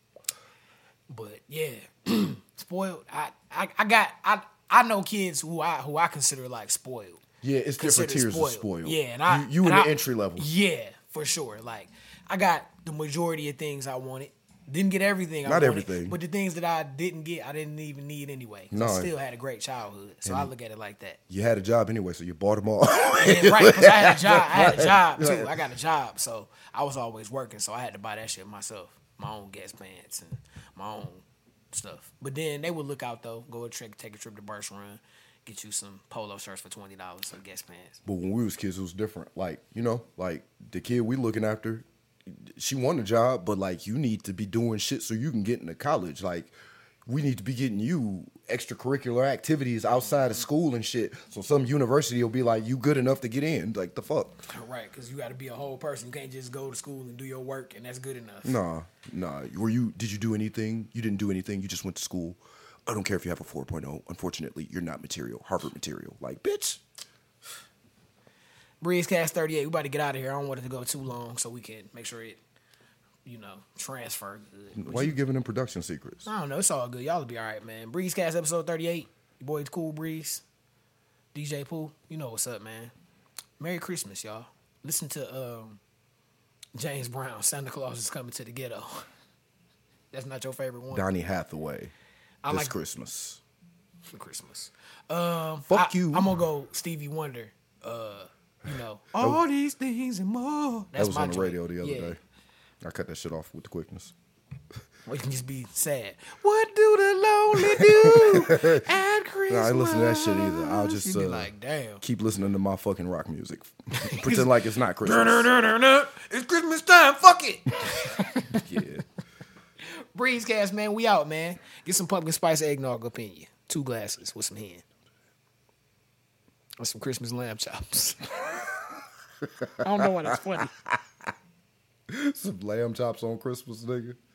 but yeah, spoiled. I, I I got I I know kids who I who I consider like spoiled.
Yeah, it's different
Considered
tiers of spoiled.
Yeah, and I
you, you
and
in
I-
the entry level.
Yeah, for sure. Like I got the majority of things I wanted. Didn't get everything. I
Not
wanted,
everything.
but the things that I didn't get, I didn't even need anyway. 'cause
No.
I still had a great childhood, so I look at it like that.
You had a job anyway, so you bought them all.
Yeah, right, because I had a job. I had a job too. I got a job, so I was always working. So I had to buy that shit myself, my own gas pants and my own stuff. But then they would look out though, go a trip, take a trip to Burst Run, get you some polo shirts for twenty dollars, some gas pants.
But when we was kids, it was different. Like you know, like the kid we looking after, she won a job, but like you need to be doing shit so you can get into college. Like we need to be getting you extracurricular activities outside of school and shit. So some university will be like, you good enough to get in. Like the fuck.
Right, because you got to be a whole person. You can't just go to school and do your work, and that's good enough.
Nah, nah. Were you? Did you do anything? You didn't do anything. You just went to school. I don't care if you have a 4.0. Unfortunately, you're not material. Harvard material. Like bitch.
Breezecast 38. We about to get out of here. I don't want it to go too long, so we can make sure it, you know, transfer good.
Why you giving them production secrets?
I don't know. It's all good. Y'all will be all right, man. Breezecast episode 38. Your boy, it's Cool Breeze. DJ Pooh. You know what's up, man. Merry Christmas, y'all. Listen to um, James Brown. Santa Claus is coming to the ghetto. That's not your favorite one
Donnie Hathaway.
I
this
like-
Christmas.
for Christmas. Um,
Fuck
I-
you.
I'm gonna go Stevie Wonder. Uh, you know, all these things and more.
That was
my
on the
joint.
radio the other
Yeah.
day. I cut that shit off with the quickness.
We can just be sad. What do the lonely do at Christmas?
Nah, I ain't listen to that shit either. I'll just
You be
uh,
like, damn.
keep listening to my fucking rock music. Pretend like it's not Christmas.
"Dun-dun-dun-dun-dun, It's Christmas time. Fuck it.
yeah.
Breezecast, man. We out, man. Get some pumpkin spice eggnog up in you. Two glasses with some hen. And some Christmas lamb chops. I don't know why that's funny.
Some lamb chops on Christmas, nigga.